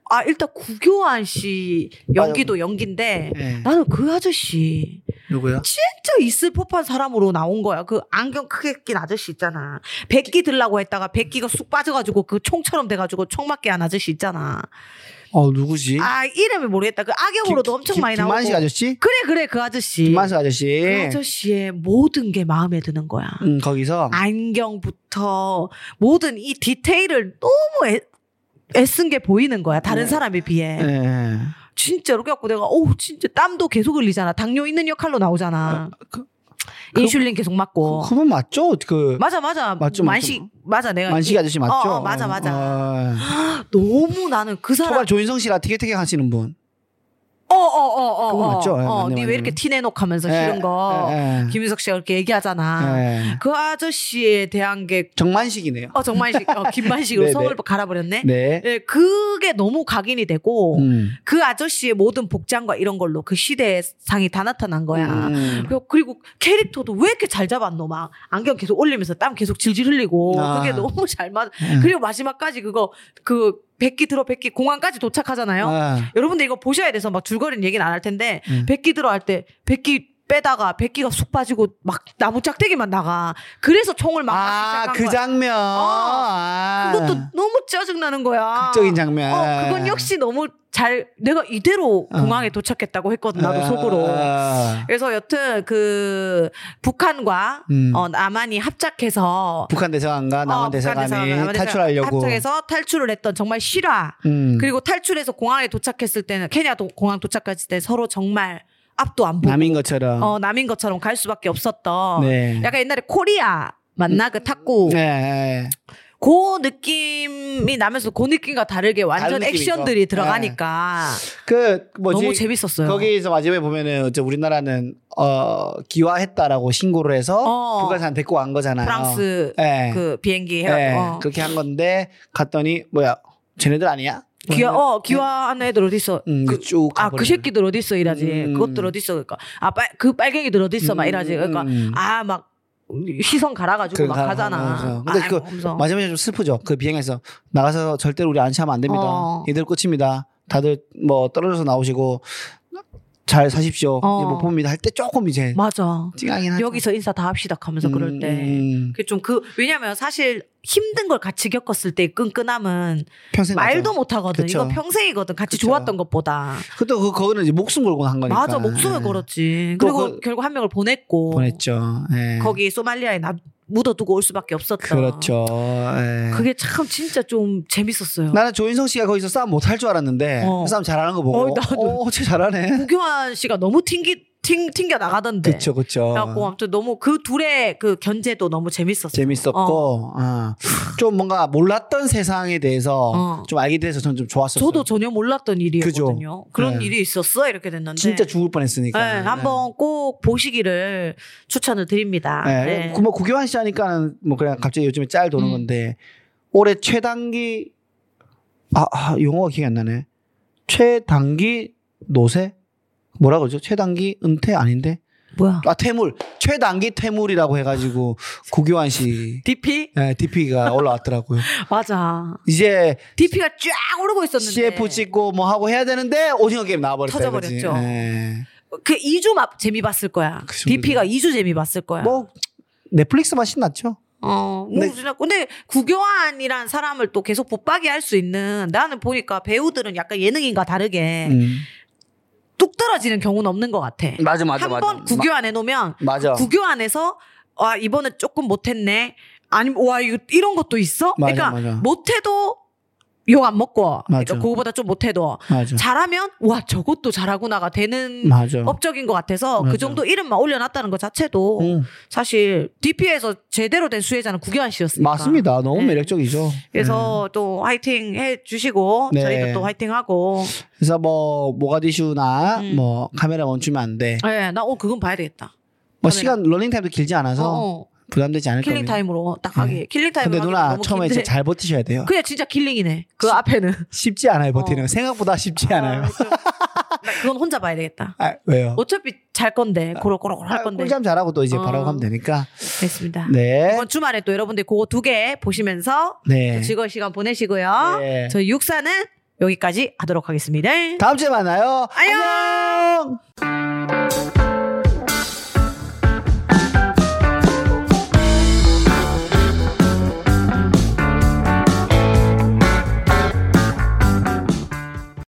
Speaker 1: 아 일단 구교환 씨
Speaker 2: 아,
Speaker 1: 연기도 연기인데
Speaker 2: 네.
Speaker 1: 나는 그 아저씨
Speaker 2: 누구야?
Speaker 1: 진짜 있을 법한 사람으로 나온 거야 그 안경 크게 낀 아저씨 있잖아 백기 들라고 했다가 백기가 쑥 빠져가지고 그 총처럼 돼가지고 총 맞게 한 아저씨 있잖아
Speaker 2: 어, 누구지?
Speaker 1: 아 이름을 모르겠다 그 악역으로도
Speaker 2: 김-
Speaker 1: 엄청
Speaker 2: 김-
Speaker 1: 많이 나오고
Speaker 2: 김만식 아저씨?
Speaker 1: 그래 그래 그 아저씨
Speaker 2: 김만식 아저씨. 예.
Speaker 1: 그 아저씨의 모든 게 마음에 드는 거야.
Speaker 2: 음, 거기서
Speaker 1: 아, 안경부터 모든 이 디테일을 너무 애, 애쓴 게 보이는 거야. 다른
Speaker 2: 네.
Speaker 1: 사람에 비해.
Speaker 2: 예.
Speaker 1: 진짜로 그래갖고 내가 오 진짜 땀도 계속 흘리잖아. 당뇨 있는 역할로 나오잖아.
Speaker 2: 그-
Speaker 1: 인슐린 계속 맞고.
Speaker 2: 그분 맞죠? 그
Speaker 1: 맞아 맞아.
Speaker 2: 맞죠, 맞죠.
Speaker 1: 만식 맞아 내가
Speaker 2: 만식 아저씨 맞죠?
Speaker 1: 어, 어, 맞아, 맞아.
Speaker 2: 어.
Speaker 1: 너무 나는 그 사람
Speaker 2: 초반 조인성 씨랑 티격태격 하시는 분.
Speaker 1: 어어어어
Speaker 2: 그거 맞죠? 예,
Speaker 1: 어,
Speaker 2: 맞네,
Speaker 1: 네왜
Speaker 2: 맞네.
Speaker 1: 이렇게 티내놓고하면서
Speaker 2: 예,
Speaker 1: 싫은 거
Speaker 2: 예, 예.
Speaker 1: 김윤석 씨가 그렇게 얘기하잖아.
Speaker 2: 예.
Speaker 1: 그 아저씨에 대한 게
Speaker 2: 정만식이네요.
Speaker 1: 어, 정만식, 어, 김만식으로
Speaker 2: 네,
Speaker 1: 성을 갈아버렸네.
Speaker 2: 네.
Speaker 1: 예, 그게 너무 각인이 되고,
Speaker 2: 음.
Speaker 1: 그 아저씨의 모든 복장과 이런 걸로 그 시대의 상이 다 나타난 거야.
Speaker 2: 음.
Speaker 1: 그리고- 그리고 캐릭터도 왜 이렇게 잘 잡았노? 막 안경 계속 올리면서 땀 계속 질질 흘리고,
Speaker 2: 아.
Speaker 1: 그게 너무 잘 맞,
Speaker 2: 음.
Speaker 1: 그리고 마지막까지 그거, 그, 백기 들어 백기 공항까지 도착하잖아요.
Speaker 2: 아,
Speaker 1: 여러분들 이거 보셔야 돼서 막 줄거리는 얘기는 안 할 텐데,
Speaker 2: 음.
Speaker 1: 백기 들어 할 때, 백기 빼다가 백기가 쑥 빠지고 막 나무 짝대기만 나가. 그래서 총을 막
Speaker 2: 아,
Speaker 1: 시작한
Speaker 2: 그
Speaker 1: 거야. 어.
Speaker 2: 장면. 아.
Speaker 1: 그것도 너무 짜증나는 거야.
Speaker 2: 극적인 장면.
Speaker 1: 어, 그건 역시 너무 잘 내가 이대로
Speaker 2: 어.
Speaker 1: 공항에 도착했다고 했거든 나도 속으로.
Speaker 2: 아.
Speaker 1: 그래서 여튼 그 북한과
Speaker 2: 음.
Speaker 1: 어, 남한이 합작해서
Speaker 2: 북한 대사관과
Speaker 1: 어,
Speaker 2: 남한
Speaker 1: 북한
Speaker 2: 대사관이
Speaker 1: 대사관, 남한 대사관
Speaker 2: 탈출하려고.
Speaker 1: 합작해서 탈출을 했던 정말 실화.
Speaker 2: 음.
Speaker 1: 그리고 탈출해서 공항에 도착했을 때는 케냐 도, 공항 도착했을 때 서로 정말 앞도 안 보고
Speaker 2: 남인 것처럼.
Speaker 1: 어, 남인 것처럼 갈 수밖에 없었던
Speaker 2: 네.
Speaker 1: 약간 옛날에 코리아 만나 그 탁구
Speaker 2: 네, 네.
Speaker 1: 그 느낌이 나면서 그 느낌과 다르게 완전
Speaker 2: 다른 느낌이죠.
Speaker 1: 액션들이 들어가니까
Speaker 2: 그 뭐지?
Speaker 1: 너무 재밌었어요.
Speaker 2: 거기에서 마지막에 보면은 이제 우리나라는 어 기화했다라고 신고를 해서
Speaker 1: 어.
Speaker 2: 북한 사람 데리고 간 거잖아요.
Speaker 1: 프랑스
Speaker 2: 예.
Speaker 1: 그 비행기
Speaker 2: 예.
Speaker 1: 해 어.
Speaker 2: 그렇게 한 건데 갔더니 뭐야 쟤네들 아니야?
Speaker 1: 귀화 어 귀화한 애들 어디 있어?
Speaker 2: 네. 음,
Speaker 1: 그,
Speaker 2: 쭉
Speaker 1: 아 그
Speaker 2: 가버리네.
Speaker 1: 새끼들 어디 있어 이라지.
Speaker 2: 음.
Speaker 1: 그것들 어디 있어 그러니까 아빨그 빨갱이들 어디 있어 막
Speaker 2: 음,
Speaker 1: 이라지. 그러니까
Speaker 2: 음.
Speaker 1: 아 막 시선 갈아가지고 막
Speaker 2: 그러니까,
Speaker 1: 가잖아.
Speaker 2: 어, 근데
Speaker 1: 아이고,
Speaker 2: 그
Speaker 1: 하면서.
Speaker 2: 마지막에 좀 슬프죠. 그 비행에서 나가서 절대로 우리 안치하면 안 됩니다.
Speaker 1: 어.
Speaker 2: 이들 끝입니다. 다들 뭐 떨어져서 나오시고 잘 사십시오.
Speaker 1: 어.
Speaker 2: 못 봅니다 할 때 조금 이제
Speaker 1: 맞아.
Speaker 2: 찡하긴 하죠.
Speaker 1: 여기서 인사 다 합시다 하면서 그럴 때.
Speaker 2: 음, 음.
Speaker 1: 그 좀 그 왜냐면 사실 힘든 걸 같이 겪었을 때 끈끈함은
Speaker 2: 평생
Speaker 1: 말도 못 하거든.
Speaker 2: 음, 그쵸.
Speaker 1: 이건 평생이거든. 같이
Speaker 2: 그쵸.
Speaker 1: 좋았던 것보다.
Speaker 2: 그또 그, 거기는 이제 목숨 걸고 한 거니까.
Speaker 1: 맞아. 목숨을
Speaker 2: 예.
Speaker 1: 걸었지.
Speaker 2: 또
Speaker 1: 그리고
Speaker 2: 그-
Speaker 1: 결국 한 명을 보냈고
Speaker 2: 보냈죠. 예.
Speaker 1: 거기 소말리아에 나 묻어두고 올 수밖에 없었다.
Speaker 2: 그렇죠. 예.
Speaker 1: 그게 참 진짜 좀 재밌었어요.
Speaker 2: 나는 조인성 씨가 거기서 싸움 못 할 줄 알았는데 그
Speaker 1: 어.
Speaker 2: 싸움 잘하는 거 보고
Speaker 1: 어이, 나도.
Speaker 2: 어, 쟤 잘하네.
Speaker 1: 우교환 씨가 너무 튕기 튕 튕겨 나가던데.
Speaker 2: 그렇죠, 그렇죠.
Speaker 1: 그래갖고 아무튼 너무 그 둘의 그 견제도 너무 재밌었어.
Speaker 2: 재밌었고 어. 좀 뭔가 몰랐던 세상에 대해서
Speaker 1: 어.
Speaker 2: 좀 알게 돼서 저는 좀 좋았었어요.
Speaker 1: 저도 전혀 몰랐던 일이었거든요. 그런
Speaker 2: 네.
Speaker 1: 일이 있었어 이렇게 됐는데.
Speaker 2: 진짜 죽을 뻔했으니까.
Speaker 1: 네, 한번 꼭 보시기를 추천을 드립니다.
Speaker 2: 예.
Speaker 1: 네.
Speaker 2: 그 뭐 구교환 씨 하니까는 뭐 그냥 갑자기 요즘에 짤 도는
Speaker 1: 음.
Speaker 2: 건데 올해 최단기 아, 아 용어가 기억이 안 나네. 최단기 노세 뭐라 그러죠? 최단기 은퇴 아닌데
Speaker 1: 뭐야?
Speaker 2: 아 퇴물 최단기 퇴물이라고 해가지고 구교환 씨
Speaker 1: DP?
Speaker 2: 예, DP가 올라왔더라고요.
Speaker 1: 맞아.
Speaker 2: 이제
Speaker 1: DP가 쫙 오르고 있었는데.
Speaker 2: CF 찍고 뭐 하고 해야 되는데 오징어 게임 나와버렸다. 이거지.
Speaker 1: 터져버렸죠.
Speaker 2: 예.
Speaker 1: 그 2주 막 재미 봤을 거야.
Speaker 2: 그 정도죠.
Speaker 1: DP가 2주 재미 봤을 거야.
Speaker 2: 뭐 넷플릭스 맛이 났죠.
Speaker 1: 어, 뭐
Speaker 2: 근데-
Speaker 1: 근데, 근데 구교환이란 사람을 또 계속 붙박이 할 수 있는 나는 보니까 배우들은 약간 예능인과 다르게
Speaker 2: 음.
Speaker 1: 뚝 떨어지는 경우는 없는 것 같아.
Speaker 2: 맞아
Speaker 1: 한 번 구교환 해놓으면
Speaker 2: 맞아.
Speaker 1: 구교환에서 와 이번에 조금 못했네. 아니면 와 이거 이런 것도 있어?
Speaker 2: 맞아,
Speaker 1: 그러니까
Speaker 2: 맞아.
Speaker 1: 못해도 욕 안 먹고
Speaker 2: 맞아.
Speaker 1: 그러니까 그거보다 좀 못해도
Speaker 2: 맞아.
Speaker 1: 잘하면 와 저것도 잘하구나가 되는
Speaker 2: 맞아.
Speaker 1: 업적인 것 같아서
Speaker 2: 맞아.
Speaker 1: 그 정도 이름만 올려놨다는 것 자체도
Speaker 2: 음.
Speaker 1: 사실 DP에서 제대로 된 수혜자는 구교환 씨였으니까
Speaker 2: 맞습니다. 너무
Speaker 1: 네.
Speaker 2: 매력적이죠. 네.
Speaker 1: 그래서 또 화이팅 해주시고
Speaker 2: 네.
Speaker 1: 저희도 또 화이팅하고
Speaker 2: 그래서 뭐 모가디슈나
Speaker 1: 음.
Speaker 2: 뭐 카메라 멈추면 안 돼.
Speaker 1: 예나 오늘 그건 봐야 되겠다
Speaker 2: 뭐
Speaker 1: 카메라.
Speaker 2: 시간 러닝 타임도 길지 않아서
Speaker 1: 어, 어.
Speaker 2: 부담되지 않을
Speaker 1: 킬링
Speaker 2: 겁니다.
Speaker 1: 타임으로 딱 하기 킬링 타임
Speaker 2: 근데 누나 처음에 진짜 잘 버티셔야 돼요.
Speaker 1: 그냥 진짜 킬링이네 그 앞에는
Speaker 2: 쉽지 않아요
Speaker 1: 어.
Speaker 2: 버티는. 거. 생각보다 쉽지 않아요.
Speaker 1: 아, 좀- 나 그건 혼자 봐야 되겠다.
Speaker 2: 아, 왜요?
Speaker 1: 어차피 잘 건데 고로고로 할
Speaker 2: 아,
Speaker 1: 건데.
Speaker 2: 꿀잠 잘하고 또 이제
Speaker 1: 어.
Speaker 2: 바로 가면 되니까.
Speaker 1: 됐습니다.
Speaker 2: 네.
Speaker 1: 이번 주말에 또 여러분들 그거 두 개 보시면서
Speaker 2: 네.
Speaker 1: 또 즐거운 시간 보내시고요.
Speaker 2: 네.
Speaker 1: 저희 육사는 여기까지 하도록 하겠습니다.
Speaker 2: 다음 주에 만나요.
Speaker 1: 안녕.